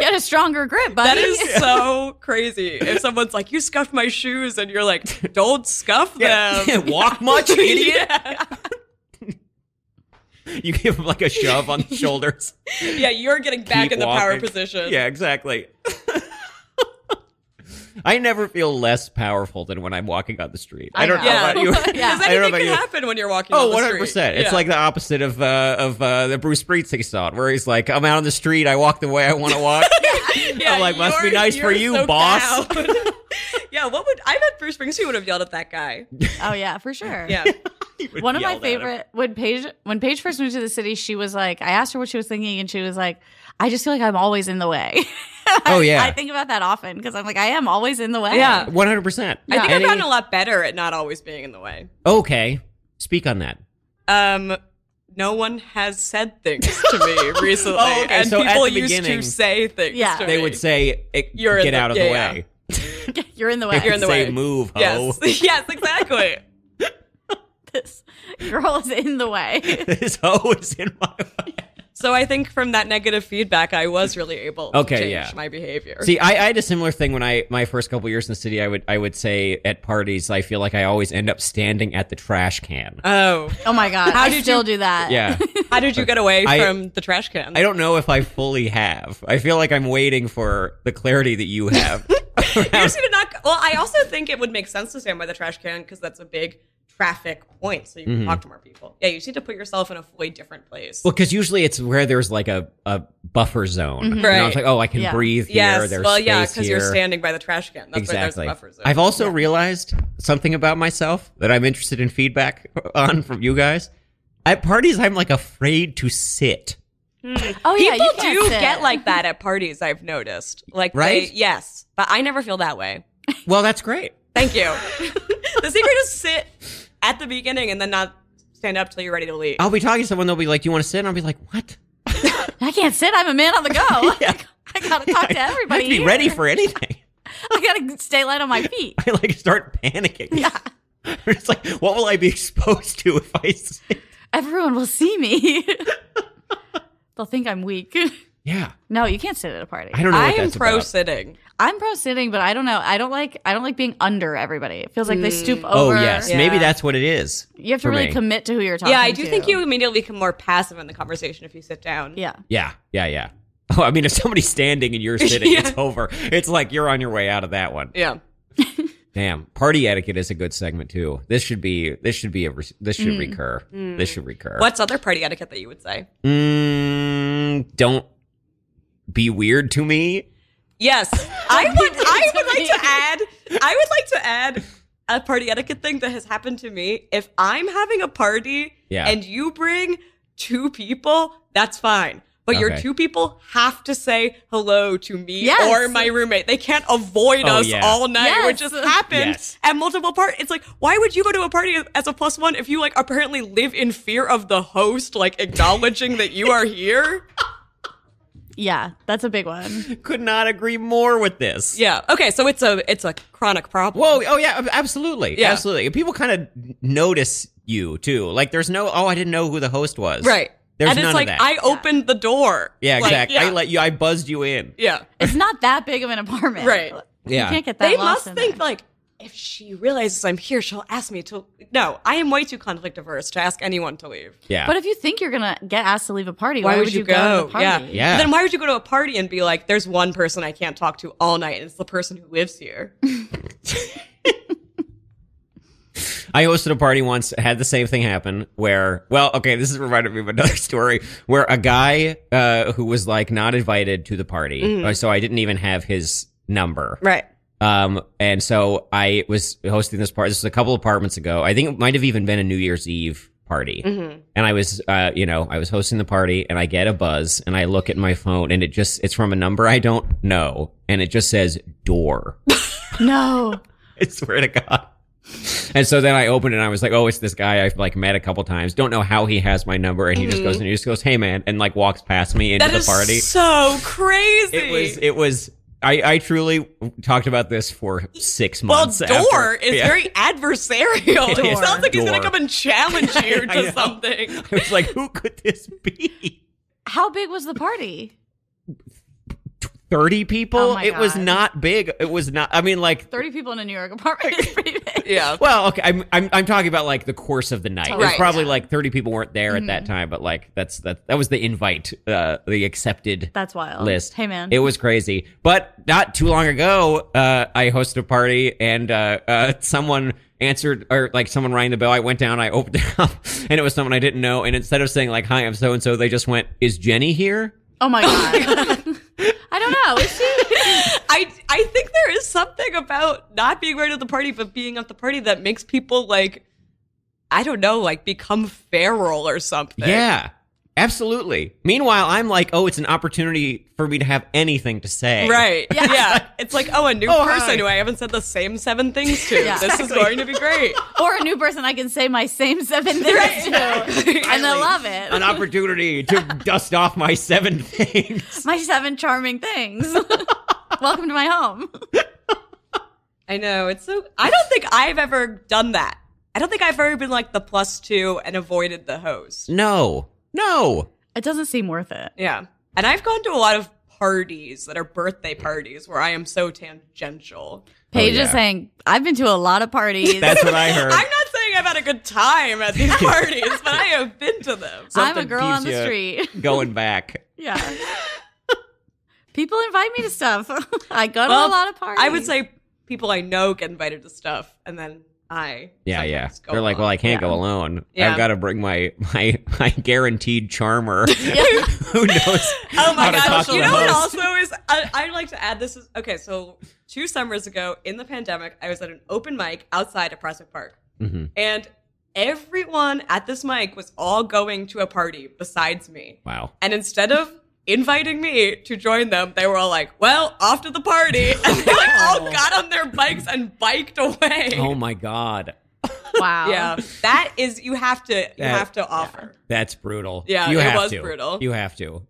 C: Get a stronger grip, buddy.
B: That is so crazy. If someone's like, "You scuffed my shoes," and you're like, "Don't scuff
A: Yeah,
B: them."
A: can't [laughs] walk
B: [laughs]
A: much, idiot.
B: Yeah.
A: You give him like a shove on the shoulders.
B: Yeah, you're getting back
A: Keep
B: in the power
A: walking.
B: position.
A: Yeah, exactly. I never feel less powerful than when I'm walking on the street. I,
C: I
A: don't know,
C: know.
B: [laughs] Yeah.
A: about you.
C: Yeah.
B: Because
A: I don't know
B: anything
A: about
B: can
A: you.
B: happen when you're walking
A: Oh,
B: on the
A: 100%.
B: street.
A: It's
B: Yeah. [laughs]
A: like the opposite of uh, of uh, the Bruce Springsteen song, where he's like, I'm out on the street, I walk the way I want to
C: [laughs]
A: walk.
B: Yeah,
A: I'm like, must be
B: you're-
A: nice for
B: you're
A: you,
B: so
A: boss.
B: proud. yeah, what would I bet Bruce Springsteen would have yelled at
A: [laughs]
B: that guy?
C: [laughs] oh yeah, for sure.
B: Yeah,
A: [laughs] He [laughs] would
C: One of
A: yell at
C: my
A: him.
C: favorite when Paige when Paige first moved to the city, she was like, I asked her what she was thinking, and she was like, I just feel like I'm always in the way. [laughs]
A: Oh, yeah.
C: I, think about that often because I'm like, I am always in the way.
B: Yeah.
A: 100%.
B: I think
A: Any-
B: I've gotten a lot better at not always being in the way.
A: [laughs] Okay. Speak on that.
B: Um, no one has said things to me recently,
A: [laughs] Oh, okay,
B: and
A: so at
B: people
A: the
B: used
A: beginning,
B: to say things.
C: Yeah.
B: to
A: They
B: me.
A: would say, "Eh,
B: You're in
A: get
B: the-
A: out of the
B: yeah, yeah.
A: way.
C: [laughs] you're in the way.
B: You're in the
A: Say,
B: way.
A: move, ho.
B: Yes, [laughs] yes, exactly.
C: [laughs] this girl is in the way.
A: [laughs] this hoe is in my [laughs] way.
B: So I think from that negative feedback, I was really able
A: Okay,
B: to change
A: yeah.
B: my behavior.
A: See, I, I had a similar thing when I my first couple years in the city. I would I would say at parties, I feel like I always end up standing at the trash can.
B: oh,
C: Oh my god,
B: How
C: I
B: did you-
C: still do that. [laughs]
A: yeah,
B: how did you get away
A: I-
B: from the trash can?
A: I don't know if I fully have. I feel like I'm waiting for the clarity that you
B: [laughs]
A: have.
B: You just need to knock. Well, I also think it would make sense to stand by the trash can because that's a big traffic point, so you
A: Mm-hmm.
B: can talk to more people. Yeah, you just need to put yourself in a fully different place.
A: well, because usually it's where there's like a, a buffer zone. You know,
B: Mm-hmm. Right.
A: it's like oh, I can
C: Yeah.
A: breathe here.
B: yes.
A: There's
B: well, yeah,
A: space
B: you're
A: here.
B: standing by the trash can. That's
A: exactly.
B: why there's buffers.
A: I've also realized something about myself that I'm interested in feedback [laughs] on from you guys. At parties, I'm like afraid to sit.
C: Oh yeah,
B: people
C: you can't
B: do
C: sit.
B: get like that at parties. I've noticed. Like, they-
A: Right?
B: yes, but I never feel that way.
A: Well, that's great.
B: Thank
C: [laughs]
B: you. the secret is sit at the beginning and then not stand up till you're ready to leave.
A: I'll be talking to someone. They'll be like, "You want to sit?" And I'll be like, "What?"
C: I can't sit. I'm a man on the go.
A: [laughs] Yeah.
C: [laughs] I gotta talk to
A: [laughs] I
C: everybody.
A: have to be
C: here.
A: ready for anything.
C: [laughs]
A: [laughs]
C: I gotta stay light on my feet.
A: I like start panicking. Yeah. [laughs] it's like, what will I be exposed to if I sit?
C: Everyone will see me. [laughs] They'll think I'm weak. [laughs]
A: Yeah,
C: No, you can't sit at a party.
A: I don't know. What
B: I am
A: that's
B: pro
A: about.
B: sitting.
C: I'm pro sitting, but I don't know. I don't like. I don't like being under everybody. It feels like they stoop
A: Oh
C: over.
A: yes,
B: Yeah.
A: maybe that's what it is.
C: you have to
A: for
C: really
A: me.
C: commit to who you're talking.
B: Yeah, I do
C: to.
B: think you immediately become more passive in the conversation if you sit down.
C: Yeah,
A: Yeah, yeah, yeah. Oh, I mean, if somebody's standing and you're sitting,
B: Yeah.
A: it's over. It's like you're on your way out of that one.
B: Yeah.
A: Damn, party etiquette is a good segment too. This should be. This should be. A, re- this should recur. This should recur.
B: What's other party etiquette that you would say?
A: Mm, don't be weird to me.
B: Yes, I would. I would
C: Something
B: like to add. I would like to add a party etiquette thing that has happened to me. If I'm having a party
A: Yeah.
B: and you bring two people, that's fine. But your
A: Okay.
B: two people have to say hello to me
C: Yes.
B: or my roommate. They can't avoid
A: Oh,
B: us
A: yeah.
B: all night,
C: Yes.
B: which just happened
A: Yes.
B: at multiple parties. It's like, why would you go to a party as a plus one if you like apparently live in fear of the host, like acknowledging that you are here?
C: yeah, that's a big one.
A: [laughs] Could not agree more with this.
B: Yeah. Okay. So it's a it's a chronic problem.
A: Whoa! Oh yeah, ab- absolutely,
B: Yeah.
A: absolutely. People kind of notice you too. Like, there's no. Oh, I didn't know who the host was.
B: Right.
A: There's
B: and
A: none
B: it's
A: of
B: like
A: that.
B: I opened the door.
A: yeah,
B: Like,
A: exactly.
B: yeah.
A: I let you. I buzzed you in.
B: yeah.
C: It's not that big of an apartment,
B: Right.
A: Yeah.
C: you can't get that.
B: They must
C: lost in
B: think
C: there.
B: like if she realizes I'm here, she'll ask me to. No, I am way too conflict averse to ask anyone to leave.
A: Yeah.
C: But if you think you're gonna get asked to leave a party, why, would, you go? to the party?
B: Yeah.
A: Yeah.
B: Then why would you go to a party and be like, "There's one person I can't talk to all night, and it's the person who lives
C: [laughs]
B: here."
A: I hosted a party once, had the same thing happen where, well, okay, this is reminded me of another [laughs] story where a guy uh, who was like not invited to the party,
B: Mm-hmm.
A: uh, so I didn't even have his number.
B: right.
A: Um, and so I was hosting this party. This was a couple apartments ago. I think it might have even been a New Year's Eve party.
B: Mm-hmm.
A: And I was, uh, you know, I was hosting the party and I get a buzz and I look at my phone and it just, it's from a number I don't know. And it just says door. [laughs]
C: [laughs] No.
A: I swear to God. And so then I opened it and I was like, oh, it's this guy I've like met a couple times. Don't know how he has my number. And he just goes and he just goes, hey man, and like walks past me into
B: Mm-hmm. That
A: the
B: is
A: party.
B: so crazy.
A: It was, it was, I, I truly talked about this for six
B: well,
A: months. after-
B: Door
A: [laughs]
B: is
A: Yeah.
B: very
A: [laughs]
B: adversarial.
A: It
B: It
A: is.
B: sounds like he's
A: Door.
B: going to come and challenge
A: [laughs]
B: you
A: I know.
B: to
A: [laughs]
B: something.
A: I was like, who could this be?
C: How big was the party?
A: 30 people?
C: Oh my
A: it was
C: God.
A: not big. It was not, I mean, like,
C: 30 people in a New York apartment is pretty
A: [laughs]
C: big.
B: Yeah.
A: Well, okay, I'm I'm I'm talking about like the course of the night. It was
B: Right.
A: probably like 30 people weren't there at that time, but like that's that that was the invite, uh, the accepted
C: That's wild.
A: list.
C: Oh, Hey, man.
A: it was crazy. But not too long ago, uh, I hosted a party and uh, uh, someone answered or like someone rang the bell. I went down, I [laughs] opened it up, and it was someone I didn't know. And instead of saying like "Hi, I'm so and so," they just went, "Is Jenny here?" [laughs]
C: oh, my God. I don't know. Is she?
B: I I think there is something about not being right at the party but being at the party that makes people like I don't know, like become feral or something.
A: Yeah. Absolutely. Meanwhile, I'm like, oh, it's an opportunity for me to have anything to say.
B: Right. [laughs] Yeah. It's like, oh, a new
A: Oh,
B: person
A: hi.
B: who I haven't said the same seven things to.
C: Yeah.
B: This is going to be great.
C: Or a new person I can say my same seven
A: [laughs]
C: things to. And I
A: Finally,
C: love
A: an
C: it.
A: opportunity to
C: [laughs]
A: dust off my seven things.
C: My seven charming [laughs] things. Welcome to my home.
B: I know. It's so I don't think I've ever done that. I don't think I've ever been like the plus two and avoided the host.
A: No,
C: [laughs]
A: no.
C: It doesn't seem worth it.
B: Yeah. And I've gone to a lot of parties that are birthday parties where I am so tangential.
C: Paige
A: yeah.
C: is saying, I've been to a lot of parties.
A: That's what I heard.
B: I'm not saying I've had a good time at
A: [laughs]
B: these parties, but I have been to them.
C: [laughs] I'm a
A: Something
C: girl
A: keeps
C: on the
A: you
B: [laughs]
C: street.
A: Going back.
C: Yeah. People invite me to stuff. [laughs] I go to
B: Well,
C: a lot of parties.
B: I would
C: [laughs]
B: say people I know get invited to stuff, and then I.
A: Yeah, yeah.
B: sometimes go
A: They're like, well, I can't
C: Yeah.
A: go alone.
B: Yeah.
A: I've got to bring my my [laughs] my guaranteed
B: [laughs]
A: charmer. [laughs] Who knows?
B: Oh my
A: how to talk
B: gosh!
A: to
B: You
A: the
B: know what
A: host.
B: also is? I, I like to add this is okay. So two summers ago in the pandemic, I was at an open mic outside of Prospect Park,
A: Mhm.
B: and everyone at this mic was all going to a party besides me.
A: Wow.
B: And instead of inviting me to join them, they were all like, well, off to the party. [laughs] And they like all got on their bikes and biked away.
A: Oh my god.
C: [laughs] wow.
B: yeah. That is you have to you
A: That-
B: have to offer.
A: That's brutal.
B: Yeah,
A: you
B: it
A: have
B: was
A: to.
B: brutal.
A: You have to.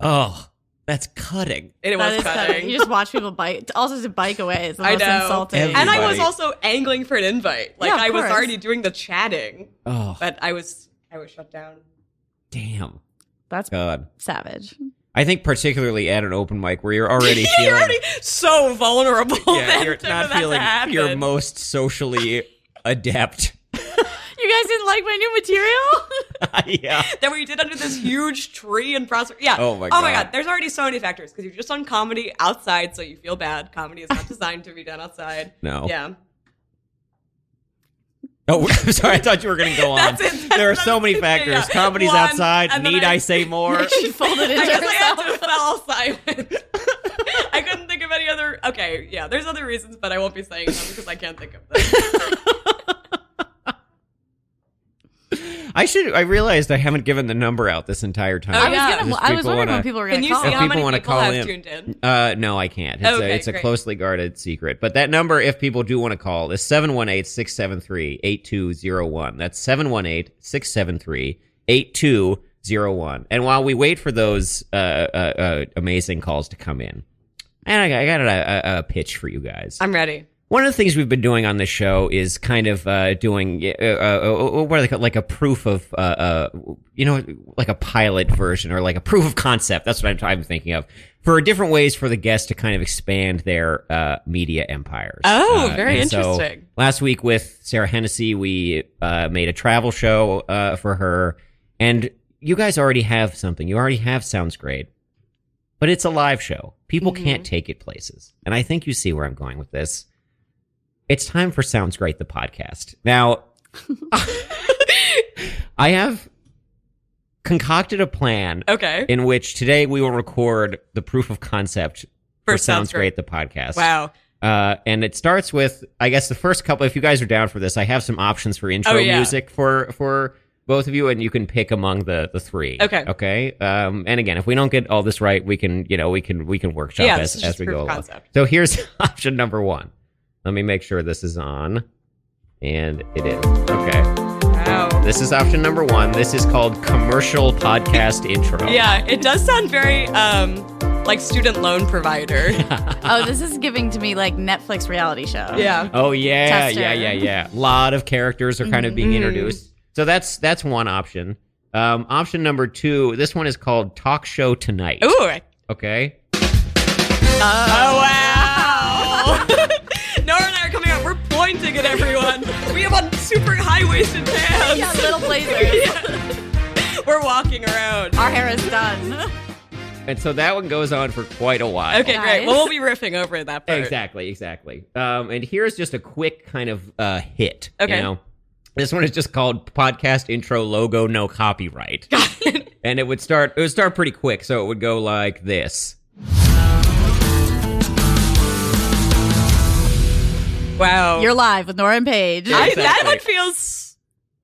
A: Oh, that's cutting.
B: And it
C: That
B: was
C: is
B: cutting.
C: cutting. You just watch people bike. Also, to bike away is the
B: I
C: most
B: know.
C: insulting.
B: and I was
A: Everybody.
B: also angling for an invite. Like
C: Yeah, of
B: I was
C: course.
B: already doing the chatting,
A: Oh,
B: but I was I was shut down.
A: damn.
C: That's
A: God.
C: savage.
A: I think particularly at an open mic where you're already
B: Yeah,
A: feeling
B: [laughs] you're already so vulnerable.
A: yeah,
B: then
A: you're
B: for [laughs] that
A: not
B: to
A: feeling
B: happen.
A: your most socially adept. [laughs]
C: You guys didn't like my
B: [laughs]
C: new material? [laughs]
A: yeah.
B: that we did under this
A: [laughs]
B: huge tree in Prospect. Yeah.
A: Oh my
B: Oh my
A: God.
B: god. There's already so many factors because you're just on comedy outside, so you feel bad. Comedy is not designed to be done outside.
A: No.
B: Yeah.
A: Oh, [laughs] I'm sorry. I thought you were going
B: [laughs]
A: to go on.
B: That's it. That's
A: there are
B: what I
A: so
B: was
A: many
B: gonna say,
A: factors.
B: yeah.
A: Comedy's
B: One,
A: outside.
B: and then
A: Need
B: I-
A: I, say more?
B: [laughs]
C: she folded
B: I oh,
C: into
B: guess I
C: herself.
B: had to fell silent. [laughs] I couldn't think of any other. Okay. Yeah. There's other reasons, but I won't be saying them because I can't think of them.
A: I should. I realized I haven't given the number out this entire time.
B: Oh,
C: I was,
B: yeah.
C: gonna,
A: Just
C: I was
A: people
C: wondering
A: wanna-
C: when people [laughs] were going
B: Can
C: to
B: you
C: call.
B: see
A: If
B: how many
A: people wanna
B: people
A: call
B: have
A: in-
B: tuned in?
A: Uh, no, I can't. It's,
B: Okay,
A: a, it's a
B: great.
A: closely guarded secret. But that number, if people do want to call, is 718 673 8201. That's 718 673 8201. And while we wait for those uh, uh, uh, amazing calls to come in, and I, I got a, a, a pitch for you guys.
B: I'm ready.
A: One of the things we've been doing on this show is kind of uh, doing uh, uh, uh, what are they called? like a proof of uh, uh, you know like a pilot version or like a proof of concept. That's what I'm, I'm thinking of for different ways for the guests to kind of expand their uh, media empires.
B: Oh,
A: Uh,
B: very
A: and so
B: interesting.
A: last week with Sarah Hennessy, we uh, made a travel show uh, for her, and you guys already have something. You already have sounds great but it's a live show. People
B: Mm-hmm.
A: can't take it places. And I think you see where I'm going with this. It's time for Sounds Great, the podcast. Now, [laughs] I have concocted a plan
B: Okay.
A: in which today we will record the proof of concept for,
B: For
A: Sounds,
B: Sounds
A: Great, the podcast.
B: Wow.
A: Uh, and it starts with, I guess, the first couple. If you guys are down for this, I have some options for intro
B: Oh, yeah.
A: music for for both of you, and you can pick among the the three.
B: Okay.
A: Okay. Um, and again, if we don't get all this right, we can you know we can we can workshop
B: Yeah, this
A: as
B: is
A: as
B: just
A: we
B: proof
A: go
B: of
A: along.
B: concept.
A: So here's [laughs] option number one. Let me make sure this is on. And it is. Okay.
B: Wow.
A: This is option number one. This is called commercial podcast intro.
B: Yeah, it does sound very um like student loan
A: [laughs]
B: provider.
C: Oh, this is giving to me like Netflix reality show.
B: yeah.
A: Oh yeah,
C: Tester.
A: yeah, yeah, yeah. A lot of characters are kind of being
B: Mhm.
A: introduced. So that's that's one option. Um, option number two. This one is called Talk Show Tonight.
B: Ooh.
A: Okay.
B: Oh wow. [laughs] Nora and I are coming out. We're pointing at everyone. We have on super high-waisted [laughs] pants.
C: Yeah, little blazers.
B: Yeah. We're walking around.
C: Our hair is done.
A: And so that one goes on for quite a while.
B: Okay, great.
C: Nice.
B: Well, we'll be riffing over that part.
A: Exactly, exactly. Um, and here's just a quick kind of uh, hit.
B: Okay.
A: You know? This one is just called podcast intro logo no copyright. [laughs] and it would start it would start pretty quick, so it would go like this.
B: Wow.
C: You're live with Nora and Paige.
A: Yeah.
B: I, That
A: Exactly.
B: one feels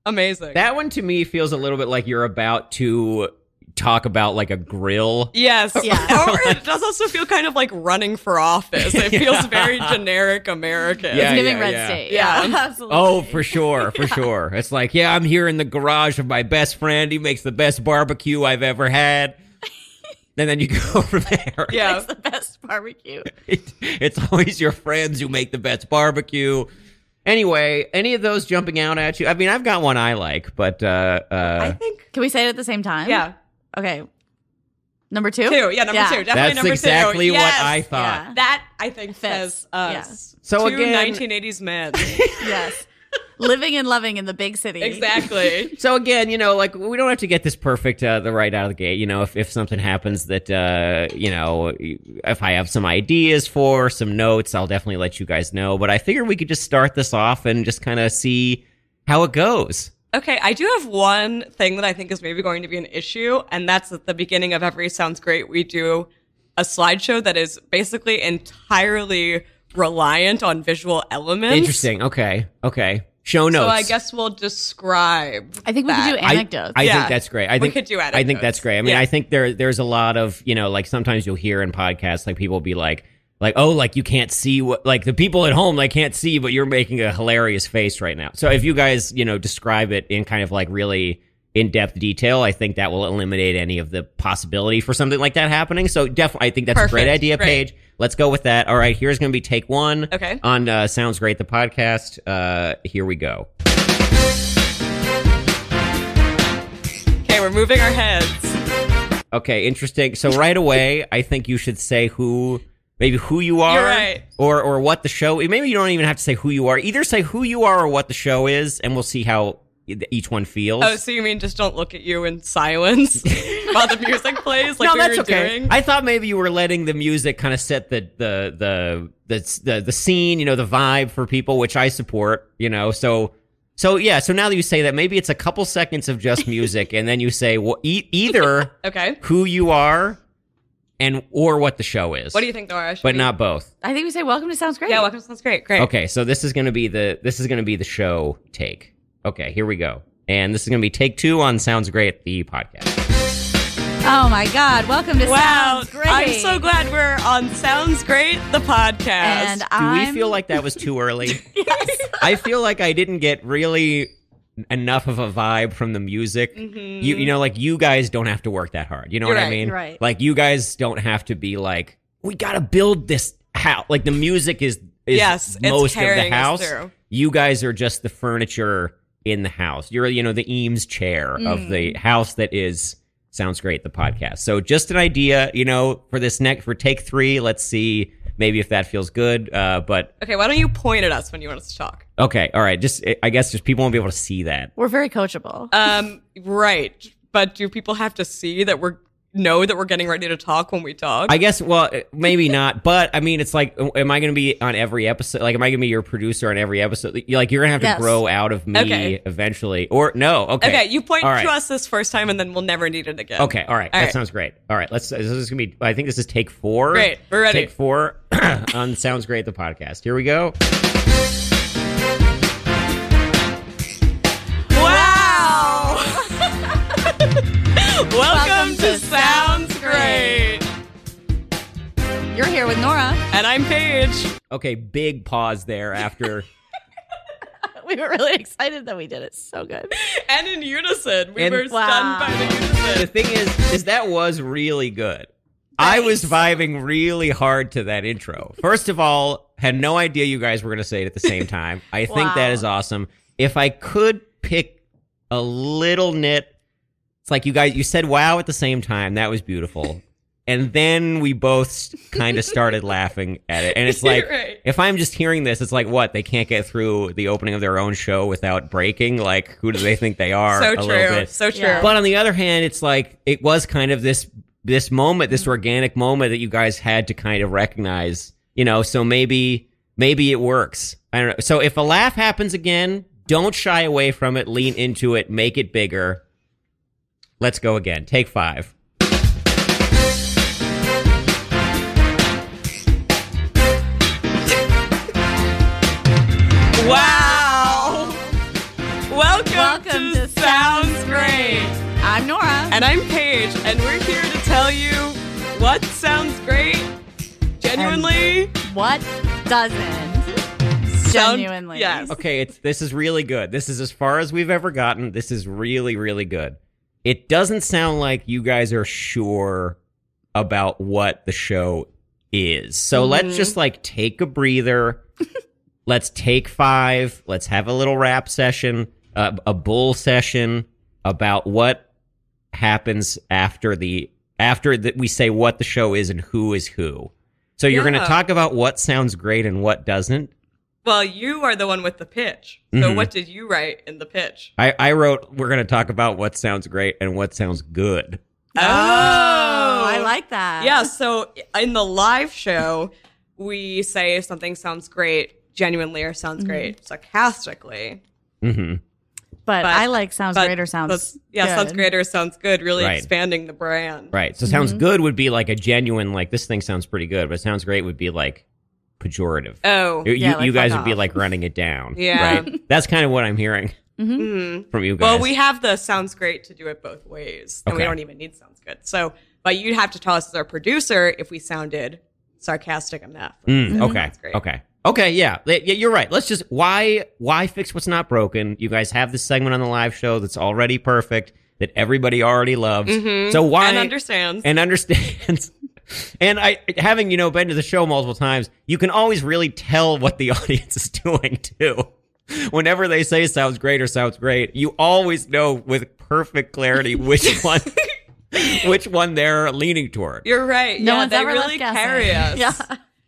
B: amazing.
A: That one to me feels a little bit like you're about to talk about like a grill.
B: yes.
C: Yeah.
B: [laughs] or it does also feel kind of like running for office.
A: [laughs]
B: It feels very generic American.
A: Yeah.
C: It's giving red
A: yeah.
C: state.
B: Yeah. [laughs]
C: [laughs] absolutely.
A: Oh, for sure, for sure. It's like, yeah, I'm here in the garage of my best friend. He makes the best barbecue I've ever had. and then you go [laughs] from there.
B: Yeah.
C: It's the best barbecue.
A: It- [laughs] it's always your friends who make the best barbecue. Anyway, any of those jumping out at you? I mean, I've got one I like, but uh,
B: I
A: uh,
B: think.
C: Can we say it at the same time?
B: Yeah.
C: Okay. Number two?
B: Two. Yeah, number
C: Yeah.
B: two. Definitely
A: that's
B: number
A: exactly
B: two.
A: what
B: Yes.
A: I thought.
C: yeah.
B: That, I think,
C: Fits.
B: says us.
A: So
B: Two
A: again-
B: 1980s men.
C: [laughs] Yes. Living and loving in the big city.
B: exactly.
A: So again, you know, like we don't have to get this perfect uh, the right out of the gate. You know, if if something happens that uh, you know, if I have some ideas for some notes, I'll definitely let you guys know. But I figured we could just start this off and just kind of see how it goes.
B: Okay, I do have one thing that I think is maybe going to be an issue, and that's at the beginning of every Sounds Great, we do a slideshow that is basically entirely reliant on visual elements.
A: Interesting. Okay. Okay. Show notes.
B: So I guess we'll describe.
C: I think we could do
B: that.
A: I-
C: anecdotes.
A: I,
B: Yeah.
A: think that's great. I
B: We
A: think
B: could do
A: I think that's
B: anecdotes.
A: great. I mean,
B: Yeah.
A: I think there there's a lot of you know, like sometimes you'll hear in podcasts like people will be like, like oh, like you can't see what like the people at home like can't see, but you're making a hilarious face right now. So if you guys you know describe it in kind of like really in depth detail, I think that will eliminate any of the possibility for something like that happening. So definitely, I think that's a great
B: Perfect.
A: idea,
B: Great.
A: Paige. Let's go with that. All right, here's going to be take one.
B: Okay.
A: On uh, sounds great. The podcast. Uh, here we go.
B: Okay, we're moving our heads.
A: Okay, interesting. So right away, I think you should say who, maybe who you are,
B: right.
A: or or what the show. Maybe you don't even have to say who you are. Either say who you are or what the show is, and we'll see how e- each one feels.
B: Oh, so you mean just don't look at you in
A: [laughs]
B: silence while the music plays, like
A: no,
B: we
A: that's
B: were
A: okay.
B: doing?
A: I thought maybe you were letting the music kind of set the the the the the, the scene, you know, the vibe for people, which I support. You know, so. So yeah, so now that you say that, maybe it's a couple seconds of just music, and then you say well, e-
B: [laughs]
A: either
B: okay.
A: who you are, and or what the show is.
B: What do you think, Nora? Should
A: but
B: we-
A: not both.
C: I think we say welcome to Sounds Great.
B: Yeah, welcome. Sounds great. Great.
A: Okay, so this is gonna be the this is gonna be the show take. Okay, here we go, and this is gonna be take two on Sounds Great the podcast.
C: Oh my God. Welcome to
B: Wow.
C: Sounds Great.
B: I'm so glad we're on Sounds Great, the podcast.
C: And
A: Do
C: I'm,
A: we feel like that was too [laughs] early? I feel like I didn't get really enough of a vibe from the music. You you know, like you guys don't have to work that hard. You know
B: You're
A: what I
B: right,
A: mean?
C: you're right.
A: Like you guys don't have to be like we gotta build this house. Like the music is is
B: Yes, it's
A: most of the
B: carrying us
A: house.
B: through.
A: You guys are just the furniture in the house. You're, you know, the Eames chair of the
B: Mm.
A: house that is sounds great. The podcast. So just an idea, you know, for this next for take three. Let's see, maybe if that feels good. Uh, but
B: Okay, why don't you point at us when you want us to talk?
A: okay, all right. Just I guess just people won't be able to see that.
C: We're very coachable.
B: Um, right. But do people have to see that we're know that we're getting ready to talk when we talk?
A: I guess. Well, maybe not. But I mean, it's like, am I going to be on every episode? Like, am I going to be your producer on every episode? You- Like, you're going to have to
C: Yes.
A: grow out of me
B: Okay.
A: eventually, or no? Okay.
B: okay, you point
A: All right.
B: to us this first time, and then we'll never need it again.
A: Okay. All right.
B: All
A: that
B: right.
A: sounds great. All right. Let's. This is going to be. I think this is take four.
B: Great, we're ready.
A: Take four [clears throat] on sounds great. The podcast. Here we go.
B: Wow. [laughs] Welcome,
C: Welcome
B: to
C: to
B: Sounds
C: Sounds
B: Great.
C: You're here with Nora. [laughs]
B: And I'm Paige.
A: Okay, big pause there after.
C: We were really excited that we did it. So good.
B: And in unison. We
A: And-
B: were
C: Wow.
B: stunned by the unison.
A: the thing is, is that was really good. I was vibing really hard to that intro. First of all, had no idea you guys were going to say it at the
B: [laughs]
A: same time. I think that
C: Wow.
A: is awesome. If I could pick a little nit, it's like you guys, you said wow at the same time. That was beautiful. And then we both kind of started laughing at it. And it's like,
B: [laughs] Right.
A: if I'm just hearing this, it's like, what? They can't get through the opening of their own show without breaking? Like, who do they think they are? a
B: So
A: little
B: true.
A: bit.
B: So true.
C: Yeah.
A: But on the other hand, it's like it was kind of this this moment, this organic moment that you guys had to kind of recognize, you know. So maybe maybe it works. I don't know. So if a laugh happens again, don't shy away from it. Lean into it. Make it bigger. Let's go again. Take five.
B: Wow. Welcome,
C: Welcome
B: to,
C: to
B: Sounds Great.
C: I'm Nora.
B: And I'm Paige, and we're here to tell you what sounds great genuinely.
C: What doesn't?
B: Sound-
C: Genuinely.
B: yes.
A: Okay, it's this is really good. This is as far as we've ever gotten. This is really really good. It doesn't sound like you guys are sure about what the show is. So
B: Mm-hmm.
A: let's just like take a breather.
B: [laughs]
A: let's take 5. Let's have a little rap session, uh, a bull session about what happens after the after that we say what the show is and who is who. So you're going
B: Yeah.
A: to talk about what sounds great and what doesn't.
B: Well, you are the one with the pitch. So,
A: Mhm.
B: what did you write in the pitch?
A: I, I wrote, we're going to talk about what sounds great and what sounds good.
B: Oh,
C: I like that.
B: Yeah, so in the live show, we say if something sounds great genuinely or sounds great sarcastically.
A: hmm
C: But,
B: But-
C: I like sounds
B: But-
C: greater sounds.
B: but- yeah, sounds
C: good.
B: greater sounds good, really
A: Right.
B: expanding the brand.
A: Right. So
B: Mm-hmm.
A: sounds good would be like a genuine, like, this thing sounds pretty good, but sounds great would be like pejorative.
B: Oh.
A: you,
C: yeah, like,
A: you guys
C: fuck
A: would be
C: off.
A: like running it down.
B: Yeah.
A: Right? That's kind of what I'm hearing
B: mhm.
A: from you guys.
B: Well, we have the sounds great to do it both ways, and we
A: Okay.
B: don't even need sounds good. So, but you'd have to tell us as our producer if we sounded sarcastic enough.
A: Mm,
B: So
A: okay.
B: sounds Mm-hmm. great.
A: Okay. Okay. Yeah. Th- yeah. You're right. Let's just why why fix what's not broken? You guys have this segment on the live show that's already perfect that everybody already loves. So why
B: Mm-hmm. and understands.
A: and understands. [laughs] And I, having you know been to the show multiple times, you can always really tell what the [laughs] audience is doing too. Whenever they say "sounds great" or "sounds great," you always know with perfect clarity which one, which one they're leaning toward.
B: You're right.
C: No
B: yeah,
C: one's
B: they
C: ever left
B: really
C: guessing. [laughs]
B: carry us.
C: Yeah.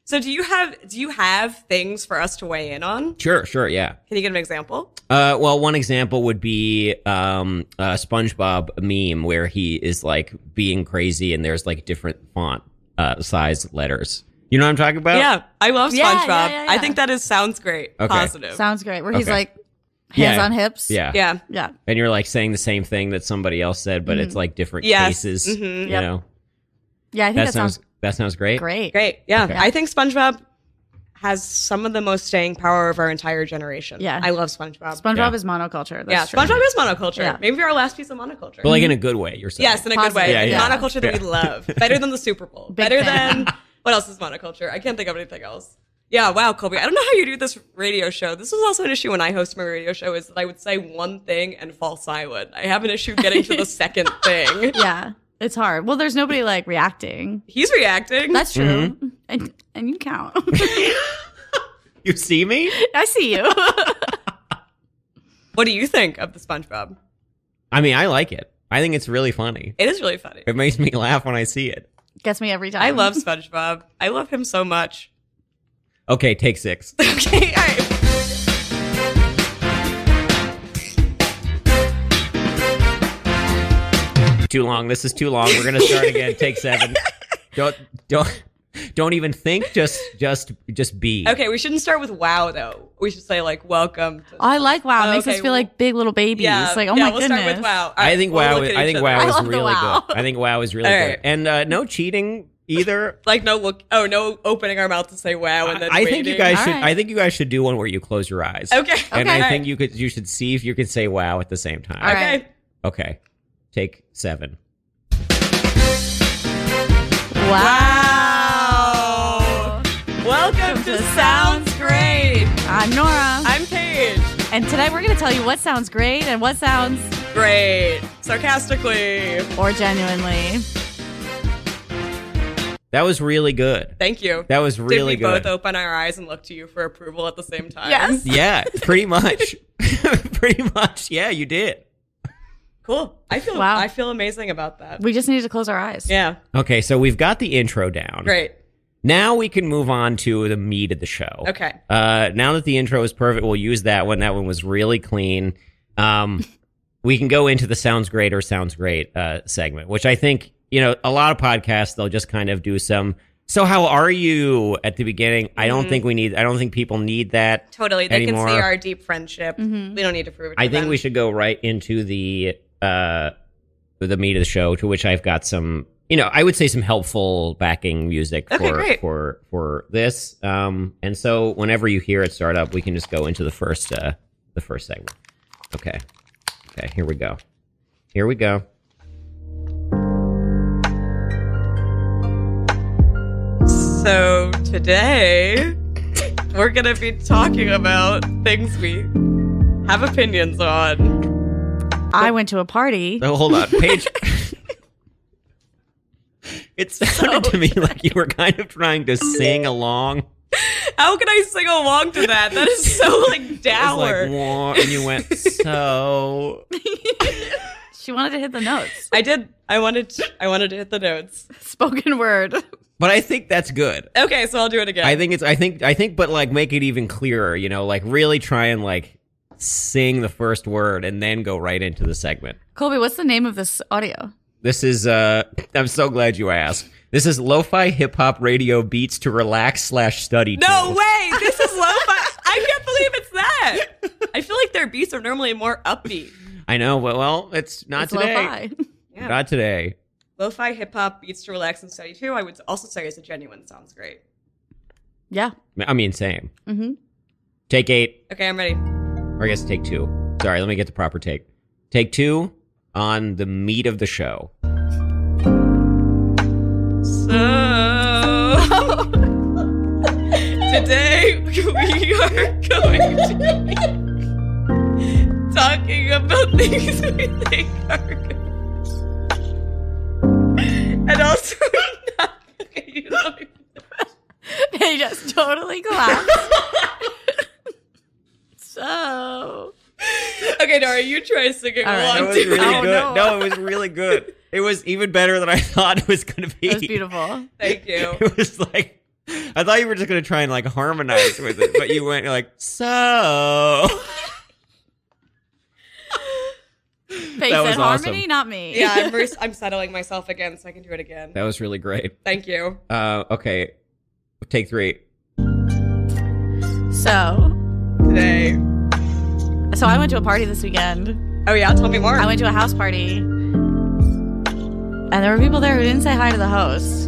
B: So, do you have do you have things for us to weigh in on?
A: Sure, sure, yeah.
B: Can you give an example?
A: Uh, well, one example would be um, a SpongeBob meme where he is like being crazy, and there's like different font uh, size letters. You know what I'm talking about?
B: yeah, I love SpongeBob.
C: Yeah, yeah, yeah,
B: I
C: yeah.
B: think that is sounds great.
A: Oh. Okay.
B: Positive.
C: Sounds great. Where he's
A: Okay.
C: like hands
A: Yeah.
C: on hips.
A: Yeah.
B: yeah.
C: Yeah.
A: and you're like saying the same thing that somebody else said, but it's like different
B: Mm-hmm. Yes.
A: cases.
B: Mhm.
A: You
C: Yep.
A: know,
C: Yeah. I think
A: that,
C: that,
A: sounds, that sounds great.
C: great.
B: Great. Yeah.
A: Okay.
B: I think SpongeBob has some of the most staying power of our entire generation.
C: Yeah.
B: I love SpongeBob.
C: SpongeBob
A: Yeah.
C: is monoculture.
B: yeah,
C: That's true.
B: SpongeBob is monoculture.
C: Yeah.
B: Maybe our last piece of monoculture.
A: but like in a good way. You're saying
B: yes, in a good way.
A: Yeah,
B: The
A: yeah.
B: Monoculture that we love. Better than the Super Bowl. Better
C: fan. [laughs]
B: than what else is monoculture? I can't think of anything else. Yeah, wow, Colby. I don't know how you do this radio show. This was also an issue when I host my radio show is that I would say one thing and fall silent. I have an issue getting
C: [laughs]
B: to the second thing.
C: Yeah. It's hard. Well, there's nobody like reacting.
B: He's reacting.
C: That's true.
A: Mm-hmm.
C: And, and you count.
A: [laughs]
C: [laughs]
A: You see me?
C: I see you. [laughs]
B: what do you think of the SpongeBob?
A: I mean, I like it. I think it's really funny.
B: It is really funny.
A: It makes me [laughs] laugh when I see it.
C: Gets me every time.
B: I love SpongeBob. I love him so much. [laughs]
A: Okay, take six.
B: okay, all right.
A: too long. This is too long. We're gonna start
B: [laughs]
A: again. Take seven. Don't don't don't even think. Just just just be.
B: Okay, we shouldn't start with wow though. We should say like welcome. To-
C: I like wow. It
B: Oh,
C: makes us
B: okay,
C: feel
B: well-
C: like big little babies. Like,
B: yeah,
C: oh my
B: we'll
C: goodness.
B: start with wow. All
A: I
B: right,
A: think
B: we'll
A: wow.
B: look
A: Is,
B: at
A: I
B: each
A: think
B: other.
A: wow
C: I
A: is
C: love the
A: really
C: wow.
A: good. I think wow is really
B: All
A: good.
B: right.
A: And uh, no cheating
B: [laughs]
A: either.
B: Like no look. Oh no, opening our mouth to say wow Oh, and then.
A: I think you
B: waiting.
A: guys
C: All
A: should.
C: right.
A: I think you guys should do one where you close your eyes.
B: [laughs] Okay.
A: [laughs] And
B: okay.
A: I think you could you should see if you could say wow at the same time.
C: All right.
B: Okay.
A: Okay. Take seven.
C: Wow.
B: Wow.
C: And tonight we're going to tell you what sounds great and what sounds
B: Great. Sarcastically.
C: or genuinely.
A: That was really good.
B: Thank you.
A: That was
B: Did
A: really
B: we
A: good.
B: both open our eyes and look to you for approval at the same time?
C: Yes.
A: yeah, pretty
B: [laughs]
A: much. [laughs] pretty much. Yeah, you did.
B: Cool. I feel
C: Wow.
B: I feel amazing about that.
C: We just need to close our eyes.
B: yeah.
A: Okay, so we've got the intro down.
B: Great.
A: Now we can move on to the meat of the show.
B: Okay.
A: Uh, now that the intro is perfect, we'll use that one. That one was really clean. Um, [laughs] we can go into the sounds great or sounds great uh, segment, which I think you know a lot of podcasts they'll just kind of do some. So how are you at the beginning? I don't think we need. I don't think people need that.
B: Totally. They
A: Anymore.
B: can see our deep friendship. Mm-hmm. We don't need to prove it. To
A: I think
B: them.
A: we should go right into the uh, the meat of the show, to which I've got some. You know, I would say some helpful backing music
B: Okay,
A: for
B: great.
A: for for this. Um, and so whenever you hear it start up, we can just go into the first uh, the first segment. Okay, okay, here we go. Here we go.
B: So today we're gonna be talking about things we have opinions on.
C: I went to a party.
A: So hold on, [laughs] Paige. it sounded to me like you were kind of trying to sing along.
B: How can I sing along to that? [laughs] That is so
A: It
B: like
A: was like,
B: dour.
A: "Wah," and you went so.
C: She wanted to hit the notes. [laughs]
B: I did. I wanted. To, I wanted to hit the notes.
C: Spoken word.
A: But I think that's good.
B: Okay, so I'll do it again.
A: I think it's I think I think but like make it even clearer, you know, like really try and like sing the first word and then go right into the segment.
C: Colby, what's the name of this audio?
A: This is uh [laughs] I'm so glad you asked. This is lo-fi hip hop radio beats to relax slash study.
B: no
A: to.
B: way. This is lo-fi. I can't believe it's [laughs] that. I feel like their beats are normally more upbeat.
A: I know, but well, it's not
C: It's
A: today.
C: lo-fi.
B: Yeah.
A: Not today.
B: Lo-fi hip hop beats to relax and study too. I would also say it's a genuine. Sounds great.
C: [laughs] Yeah.
A: I mean same.
C: Mm-hmm. [laughs]
A: Take eight,
B: Okay, I'm ready.
A: or I guess take two. Sorry, let me get the proper take. Take two on the meat of the show.
B: So today we are going to be talking about things we think are good. And also [laughs] not okay, you know,
C: They just totally collapsed. [laughs] so
B: Okay, Nora, you try singing
C: All right.
A: That
B: along
C: That
A: was
B: too.
A: really
C: Oh,
A: good.
C: no.
A: No, it was really good. It was even better than I [laughs] thought it was going to be.
C: that was beautiful.
B: Thank you.
A: [laughs] It was like I thought you were just going to try and like harmonize with it, but you went like so. That
C: They said
A: was awesome.
C: harmony, not me.
B: Yeah, I'm, re- I'm settling myself again so I can do it again.
A: That was really great.
B: Thank you.
A: Uh, okay, take three.
C: [laughs] So
B: Today.
C: so I went to a party this weekend.
B: Oh yeah, tell me more.
C: I went to a house party. And there were people there who didn't say hi to the host.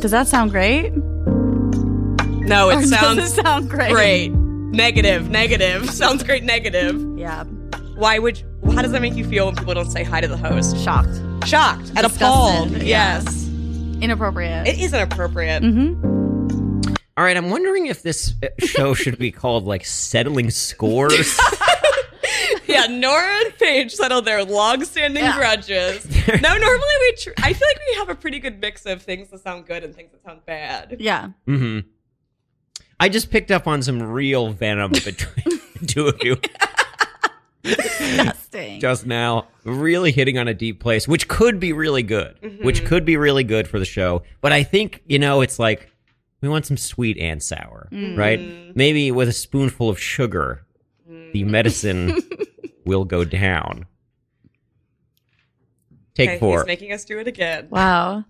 C: Does that sound great? [laughs]
B: no,
C: Or
B: it
C: does
B: sounds
C: Oh, it sound
B: [laughs]
C: great.
B: great. Negative, negative. [laughs] Sounds great, negative.
C: Yeah.
B: Why would? You, how does that make you feel when people don't say hi to the host?
C: Shocked.
B: Shocked and
C: Disgusted,
B: appalled.
C: yeah.
B: Yes,
C: Inappropriate.
B: it is inappropriate.
C: mm-hmm.
A: All right, I'm wondering if this uh, show should be called like settling scores.
B: yeah, Nora and Paige settle their long-standing
C: Yeah. [laughs]
B: grudges. now, normally we, tr- I feel like we have a pretty good mix of things that sound good and things that sound bad.
C: Yeah.
A: hmm I just picked up on some real venom between [laughs] the two of you. [laughs]
C: Disgusting.
A: just now, really hitting on a deep place, which could be really good,
B: Mm-hmm.
A: which could be really good for the show. But I think, you know, it's like we want some sweet and sour,
B: Mm.
A: right? Maybe with a spoonful of sugar,
B: Mm.
A: the
B: [laughs]
A: medicine will go down. Take
B: Okay,
A: four.
B: he's making us do it again.
C: Wow.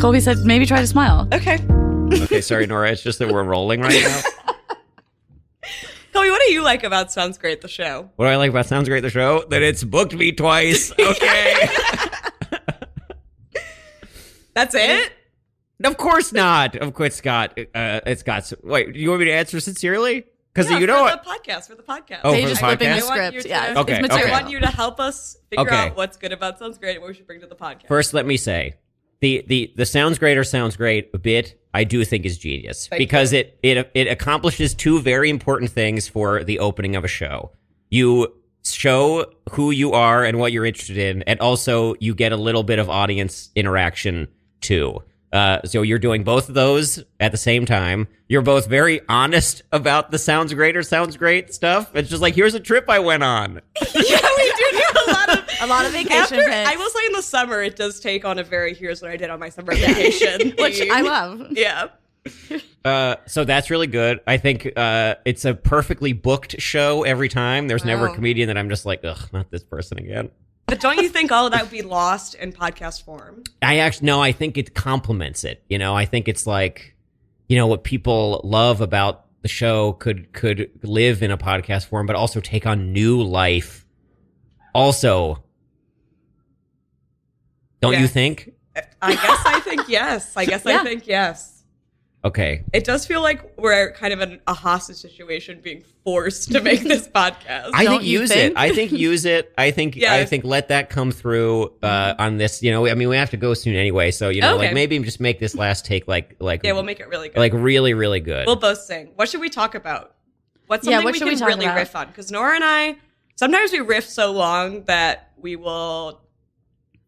C: Colby said maybe try to smile.
B: Okay,
A: okay, sorry, Nora. It's just that we're rolling right now.
B: [laughs] Chloe, what do you like about Sounds Great the show?
A: What do I like about Sounds Great the show? That it's booked me
B: [laughs]
A: twice. Okay.
B: That's it.
A: Of course not. Of course, Scott. Uh, it's got. Wait, you want me to answer sincerely? Because
B: Yeah,
A: you know
B: for
A: what?
B: the podcast for the podcast.
A: Oh,
C: They
A: for the
C: just flipping
A: podcast?
C: the
B: I want you
C: script.
B: to-
C: Yeah.
A: Okay,
C: it's
A: okay.
B: I
C: material.
B: want you to help us figure
A: Okay.
B: out what's good about Sounds Great and what we should bring to the podcast.
A: First, let me say the the the sounds great or sounds great bit I do think is genius
B: Thank
A: because it it it accomplishes two very important things for the opening of a show. You show who you are and what you're interested in, and also you get a little bit of audience interaction too. Uh, so you're doing both of those at the same time. You're both very honest about the sounds great or sounds great stuff. It's just like here's a trip I went on.
B: yeah, we do do a lot of
C: A lot of vacation
B: [laughs] After,
C: pics.
B: I will say in the summer, it does take on a very here's what I did on my summer vacation.
C: [laughs] which I
B: theme.
C: love.
B: [laughs] Yeah.
A: Uh, so that's really good. I think uh, it's a perfectly booked show every time. There's never a
B: Wow.
A: comedian that I'm just like, ugh, not this person again.
B: But don't you think all of that would be lost in podcast form?
A: I actually no, I think it complements it. You know, I think it's like, you know, what people love about the show could could live in a podcast form, but also take on new life. Also, don't
B: Yeah.
A: you think?
B: I guess I think yes. I guess
C: Yeah.
B: I think yes.
A: Okay,
B: It does feel like we're kind of in a hostage situation being forced to make this podcast.
A: I
C: Don't
A: think
C: you
A: use
C: think?
A: it. I think use it. I think I
B: Yes.
A: think let that come through uh,
C: Mm-hmm.
A: on this. You know, I mean, we have to go soon anyway, so you know, like
B: Okay.
A: maybe just make this last take like like
B: yeah, we'll make it really good.
A: like really really good.
B: we'll both sing. What should we talk about? What's
C: Yeah,
B: something
C: what
B: we
C: should we
B: can
C: talk
B: really
C: about?
B: riff on? Because Nora and I, sometimes we riff so long that we will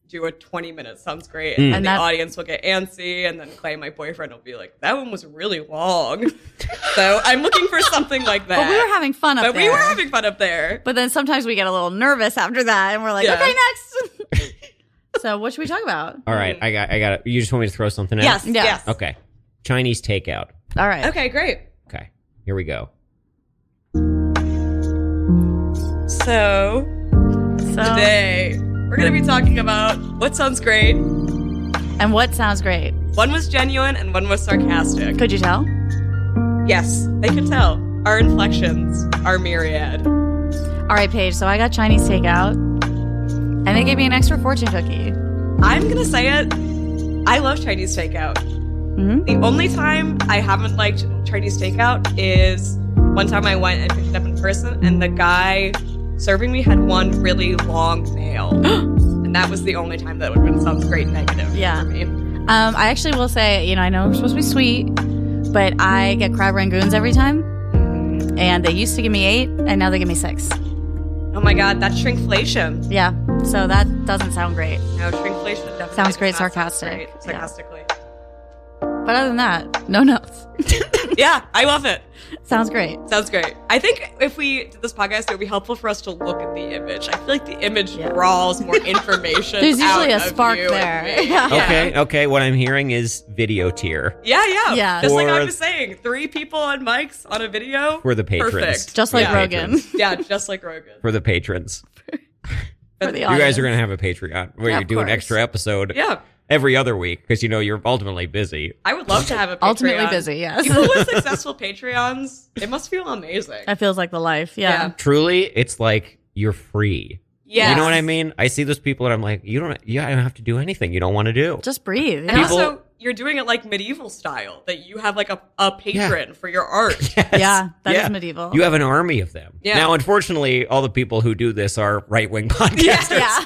B: do a 20 minute sounds great. And,
A: Mm.
B: then
C: And
B: the
C: that-
B: audience will get antsy. And then Clay, my boyfriend, will be like, that one was really long. [laughs] so I'm looking for something like that.
C: But we were having fun up
B: But
C: there.
B: we were having fun up there.
C: But then sometimes we get a little nervous after that, and we're like,
B: Yeah.
C: okay, next. [laughs] so what should we talk about?
A: All right, I got I got. it. You just want me to throw something out?
B: Yes.
C: Yeah.
B: Yes.
A: Okay. Chinese takeout.
C: All right.
B: Okay, great.
A: Okay. Here we go.
B: So
C: So
B: today we're going to be talking about what sounds great.
C: and what sounds great?
B: One was genuine and one was sarcastic.
C: Could you tell?
B: Yes, they could tell. Our inflections are myriad.
C: All right, Paige. So I got Chinese takeout, and they gave me an extra fortune cookie.
B: I'm gonna say it. I love Chinese takeout.
C: Mhm.
B: The only time I haven't liked Chinese takeout is one time I went and picked it up in person, and the guy serving me had one really long
C: [gasps]
B: nail, and that was the only time that would have been sounds great negative.
C: Yeah.
B: for me.
C: Um, I actually will say, you know, I know I'm supposed to be sweet, but I get crab rangoons every time, and they used to give me eight, and now they give me six.
B: Oh my god, that's shrinkflation.
C: Yeah. So that doesn't sound great.
B: No, shrinkflation definitely
C: Sounds great
B: does not sound
C: sarcastic.
B: great,
C: Yeah.
B: sarcastically.
C: But other than that, no notes. [laughs]
B: yeah, I love it.
C: sounds great.
B: Sounds great. I think if we did this podcast, it would be helpful for us to look at the image. I feel like the image
C: Yeah.
B: draws
C: [laughs]
B: more information.
C: There's usually
B: out of
C: a spark
B: you and
C: there.
B: me.
C: [laughs] Yeah.
A: Okay. Okay. What I'm hearing is video tier
B: Yeah, yeah.
C: Yeah.
B: Just like I
A: Or-
B: was saying, three people on mics on a video.
A: for the patrons.
B: Perfect.
C: Just
A: For
C: like
A: the
C: Rogan.
A: patrons.
B: yeah, just like Rogan.
A: For the patrons.
C: [laughs] For the
A: You
C: audience.
A: guys are going to have a Patreon where
C: Yeah,
A: you
C: of
A: do an
C: course.
A: extra episode
B: Yeah.
A: every other week because you know you're ultimately busy.
B: I would love to have a Patreon.
C: ultimately busy. Yes.
B: People with successful Patreons, it must feel
C: [laughs]
B: amazing.
C: That feels like the life. Yeah.
A: Truly, it's like you're free.
B: Yeah.
A: You know what I mean? I see those people and I'm like, you don't. Yeah, I don't have to do anything. You don't want to do.
C: Just breathe.
B: And
C: Yeah.
A: People-
B: also, you're doing it like medieval style, that you have like a, a patron for your art.
A: [laughs] Yes.
C: Yeah, that is
A: Yeah.
C: medieval.
A: You have an army of them.
B: Yeah.
A: Now, unfortunately, all the people who do this are right wing [laughs] podcasters.
C: [laughs] yeah.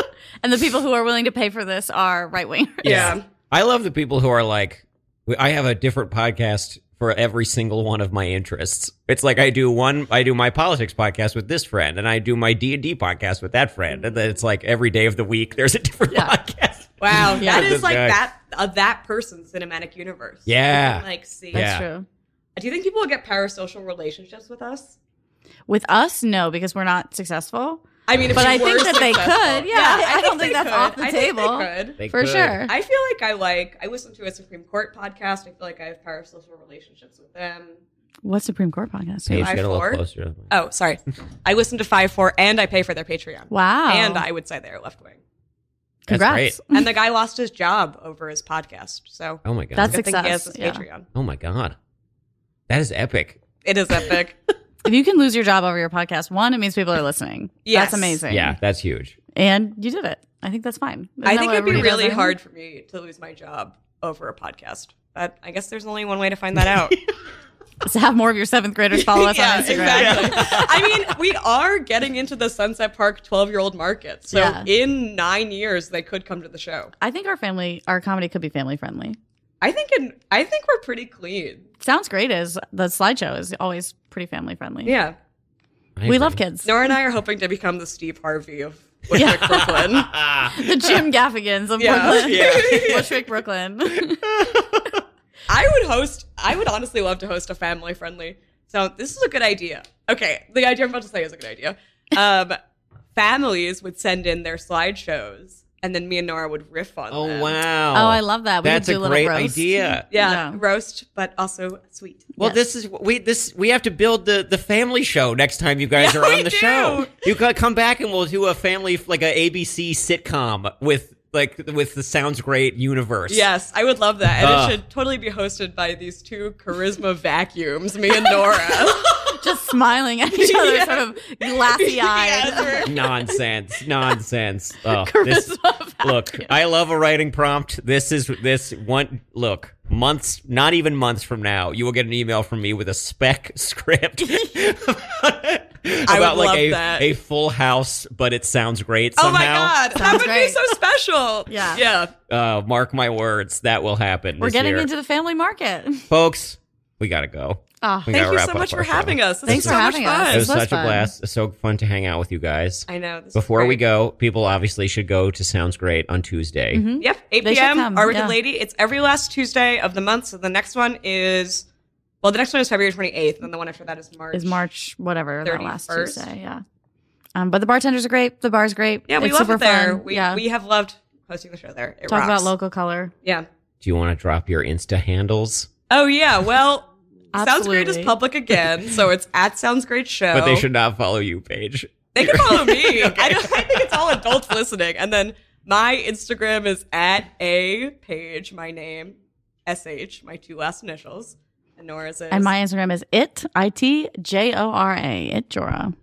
C: [laughs] and the people who are willing to pay for this are right wingers.
B: yeah.
A: I love the people who are like, I have a different podcast for every single one of my interests. It's like I do one, I do my politics podcast with this friend, and I do my D and D podcast with that friend, and then it's like every day of the week there's a [laughs] different
C: Yeah.
A: podcast. [laughs]
B: Wow, that
C: Yeah.
A: This
B: is like
A: guy.
B: that uh, that person's cinematic universe.
A: Yeah.
B: You can, like see.
A: Yeah.
C: That's true.
B: Do you think people will get parasocial relationships with us?
C: With us, no, because we're not successful.
B: I mean, if
C: But
B: you
C: I think
B: were
C: that they
B: successful.
C: could. Yeah, I don't think
B: they
C: that's off the
B: I think they
C: table.
B: could.
A: They
C: For
A: could.
C: sure.
B: I feel like I like I listen to a Supreme Court podcast. I feel like I have parasocial relationships with them.
C: What Supreme Court podcast?
A: Paige,
B: I
A: get a little
B: floor.
A: closer. to the mic.
B: Oh, sorry. I listen to Five Four, and I pay for their Patreon.
C: Wow.
B: And I would say they're left wing.
A: That's
C: Congrats.
B: And the guy lost his job over his podcast. So
A: Oh my god.
C: That's
B: good thing he has this
C: Success, yeah.
B: Patreon.
A: oh my god. That is epic.
B: It is epic.
C: If you can lose your job over your podcast, one, it means people are listening.
B: Yes.
C: That's amazing.
A: Yeah, that's huge.
C: And you did it. I think that's fine. Isn't
B: I
C: that
B: think
C: what
B: it'd be
C: everybody
B: really
C: does
B: hard for me to lose my job over a podcast. But I guess there's only one way to find that [laughs] out.
C: Is to have more of your seventh graders
B: [laughs]
C: follow us on Instagram.
B: exactly. [laughs] I mean, we are getting into the Sunset Park 12 year old market. So
C: Yeah.
B: in nine years, they could come to the show.
C: I think our family, our comedy could be family friendly.
B: I think in, I think we're pretty clean.
C: Sounds great. Is the slideshow is always pretty family friendly.
B: Yeah.
C: we love kids.
B: Nora and I are hoping to become the Steve Harvey of Bushwick,
C: Yeah.
B: [laughs] Brooklyn.
A: Ah.
C: [laughs] The Jim Gaffigans of
B: Yeah.
C: Brooklyn,
A: Yeah.
C: [laughs] Bushwick, Brooklyn.
B: I would host. I would honestly love to host a family friendly. So this is a good idea. Okay, the idea I'm about to say is a good idea. Um, families would send in their slideshows, and then me and Nora would riff on
A: oh
B: them.
C: Oh,
A: wow.
C: I love that. We could
A: That's a
C: do little
A: great
C: roast. [laughs]
A: idea.
B: Yeah,
C: Yeah.
B: roast, but also sweet.
A: Well,
C: Yes.
A: this is we this we have to build the the family show next time you guys
B: Yeah,
A: are on
B: we
A: the
B: do.
A: show. You gotta come back and we'll do a family like a ABC sitcom with like with the sounds great universe.
B: Yes, I would love that, and
A: Ah.
B: it should totally be hosted by these two charisma vacuums, me and
C: [laughs]
B: Nora. [laughs]
C: Just smiling at each other,
B: Yeah.
C: sort of
B: [laughs]
C: glassy
B: Yes,
C: eyed.
B: we're-
A: Nonsense, nonsense.
C: [laughs]
A: Oh, this,
B: [laughs]
C: Charisma.
A: look, I love a writing prompt. This is this one. Look, months, not even months from now, you will get an email from me with a spec [laughs]
B: [laughs]
A: script about
B: would
A: like
B: love
A: a
B: that.
A: a Full House, but it sounds great.
B: Oh
A: Somehow.
B: my god, that
C: Sounds
B: would be
C: great.
B: so special.
C: Yeah.
B: yeah.
A: Uh, mark my words, that will happen.
C: We're
A: this
C: getting
A: year.
C: into the family market.
A: folks. We gotta go.
C: Ah,
A: We
B: Thank
A: gotta
B: you
A: wrap
B: so
A: up
B: much
A: our
B: for having
A: show.
B: us. This
C: Thanks
B: was
C: for
B: so much
C: having us.
B: fun.
A: It was
C: This was
A: such
C: fun.
A: a blast. It's so fun to hang out with you guys.
B: I know. This is
A: Before we
B: great.
A: go, people obviously should go to Sounds Great on Tuesday.
B: Yep, 8
C: They should
B: p.m.
C: come,
B: Are we the
C: yeah.
B: lady? It's every last Tuesday of the month. So the next one is, well, the next one is February 28th, and the one after that is March.
C: [laughs] is March whatever that last
B: 31st.
C: Tuesday. Yeah. Um, but the bartenders are great. The bar's great.
B: Yeah, we
C: it's
B: love
C: super
B: it there.
C: Fun.
B: We
C: yeah.
B: we have loved hosting the show there. It
C: Talk
B: rocks.
C: about local color.
B: Yeah.
A: Do you want to drop your Insta handles?
B: Oh yeah. Well, sounds great is
C: Absolutely.
B: public again, so it's at Sounds Great Show.
A: But they should not follow you, Paige.
B: They can
A: [laughs]
B: follow me. I, don't, I think it's all adults listening. And then my Instagram is at a page. My name, sh, my two last initials, and Nora's is
C: And my Instagram is it i t j o r a it Jora.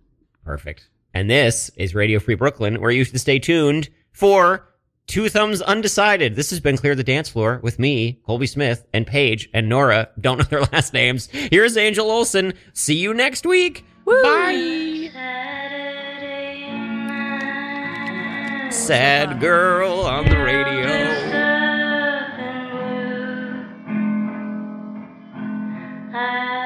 A: Perfect. And this is Radio Free Brooklyn, where you should stay tuned for Two Thumbs Undecided. This has been Clear the Dance Floor with me, Colby Smith, and Paige and Nora. Don't know [laughs] their last names. Here's Angel Olsen. See you next week. Bye. Sad girl on the radio.
D: I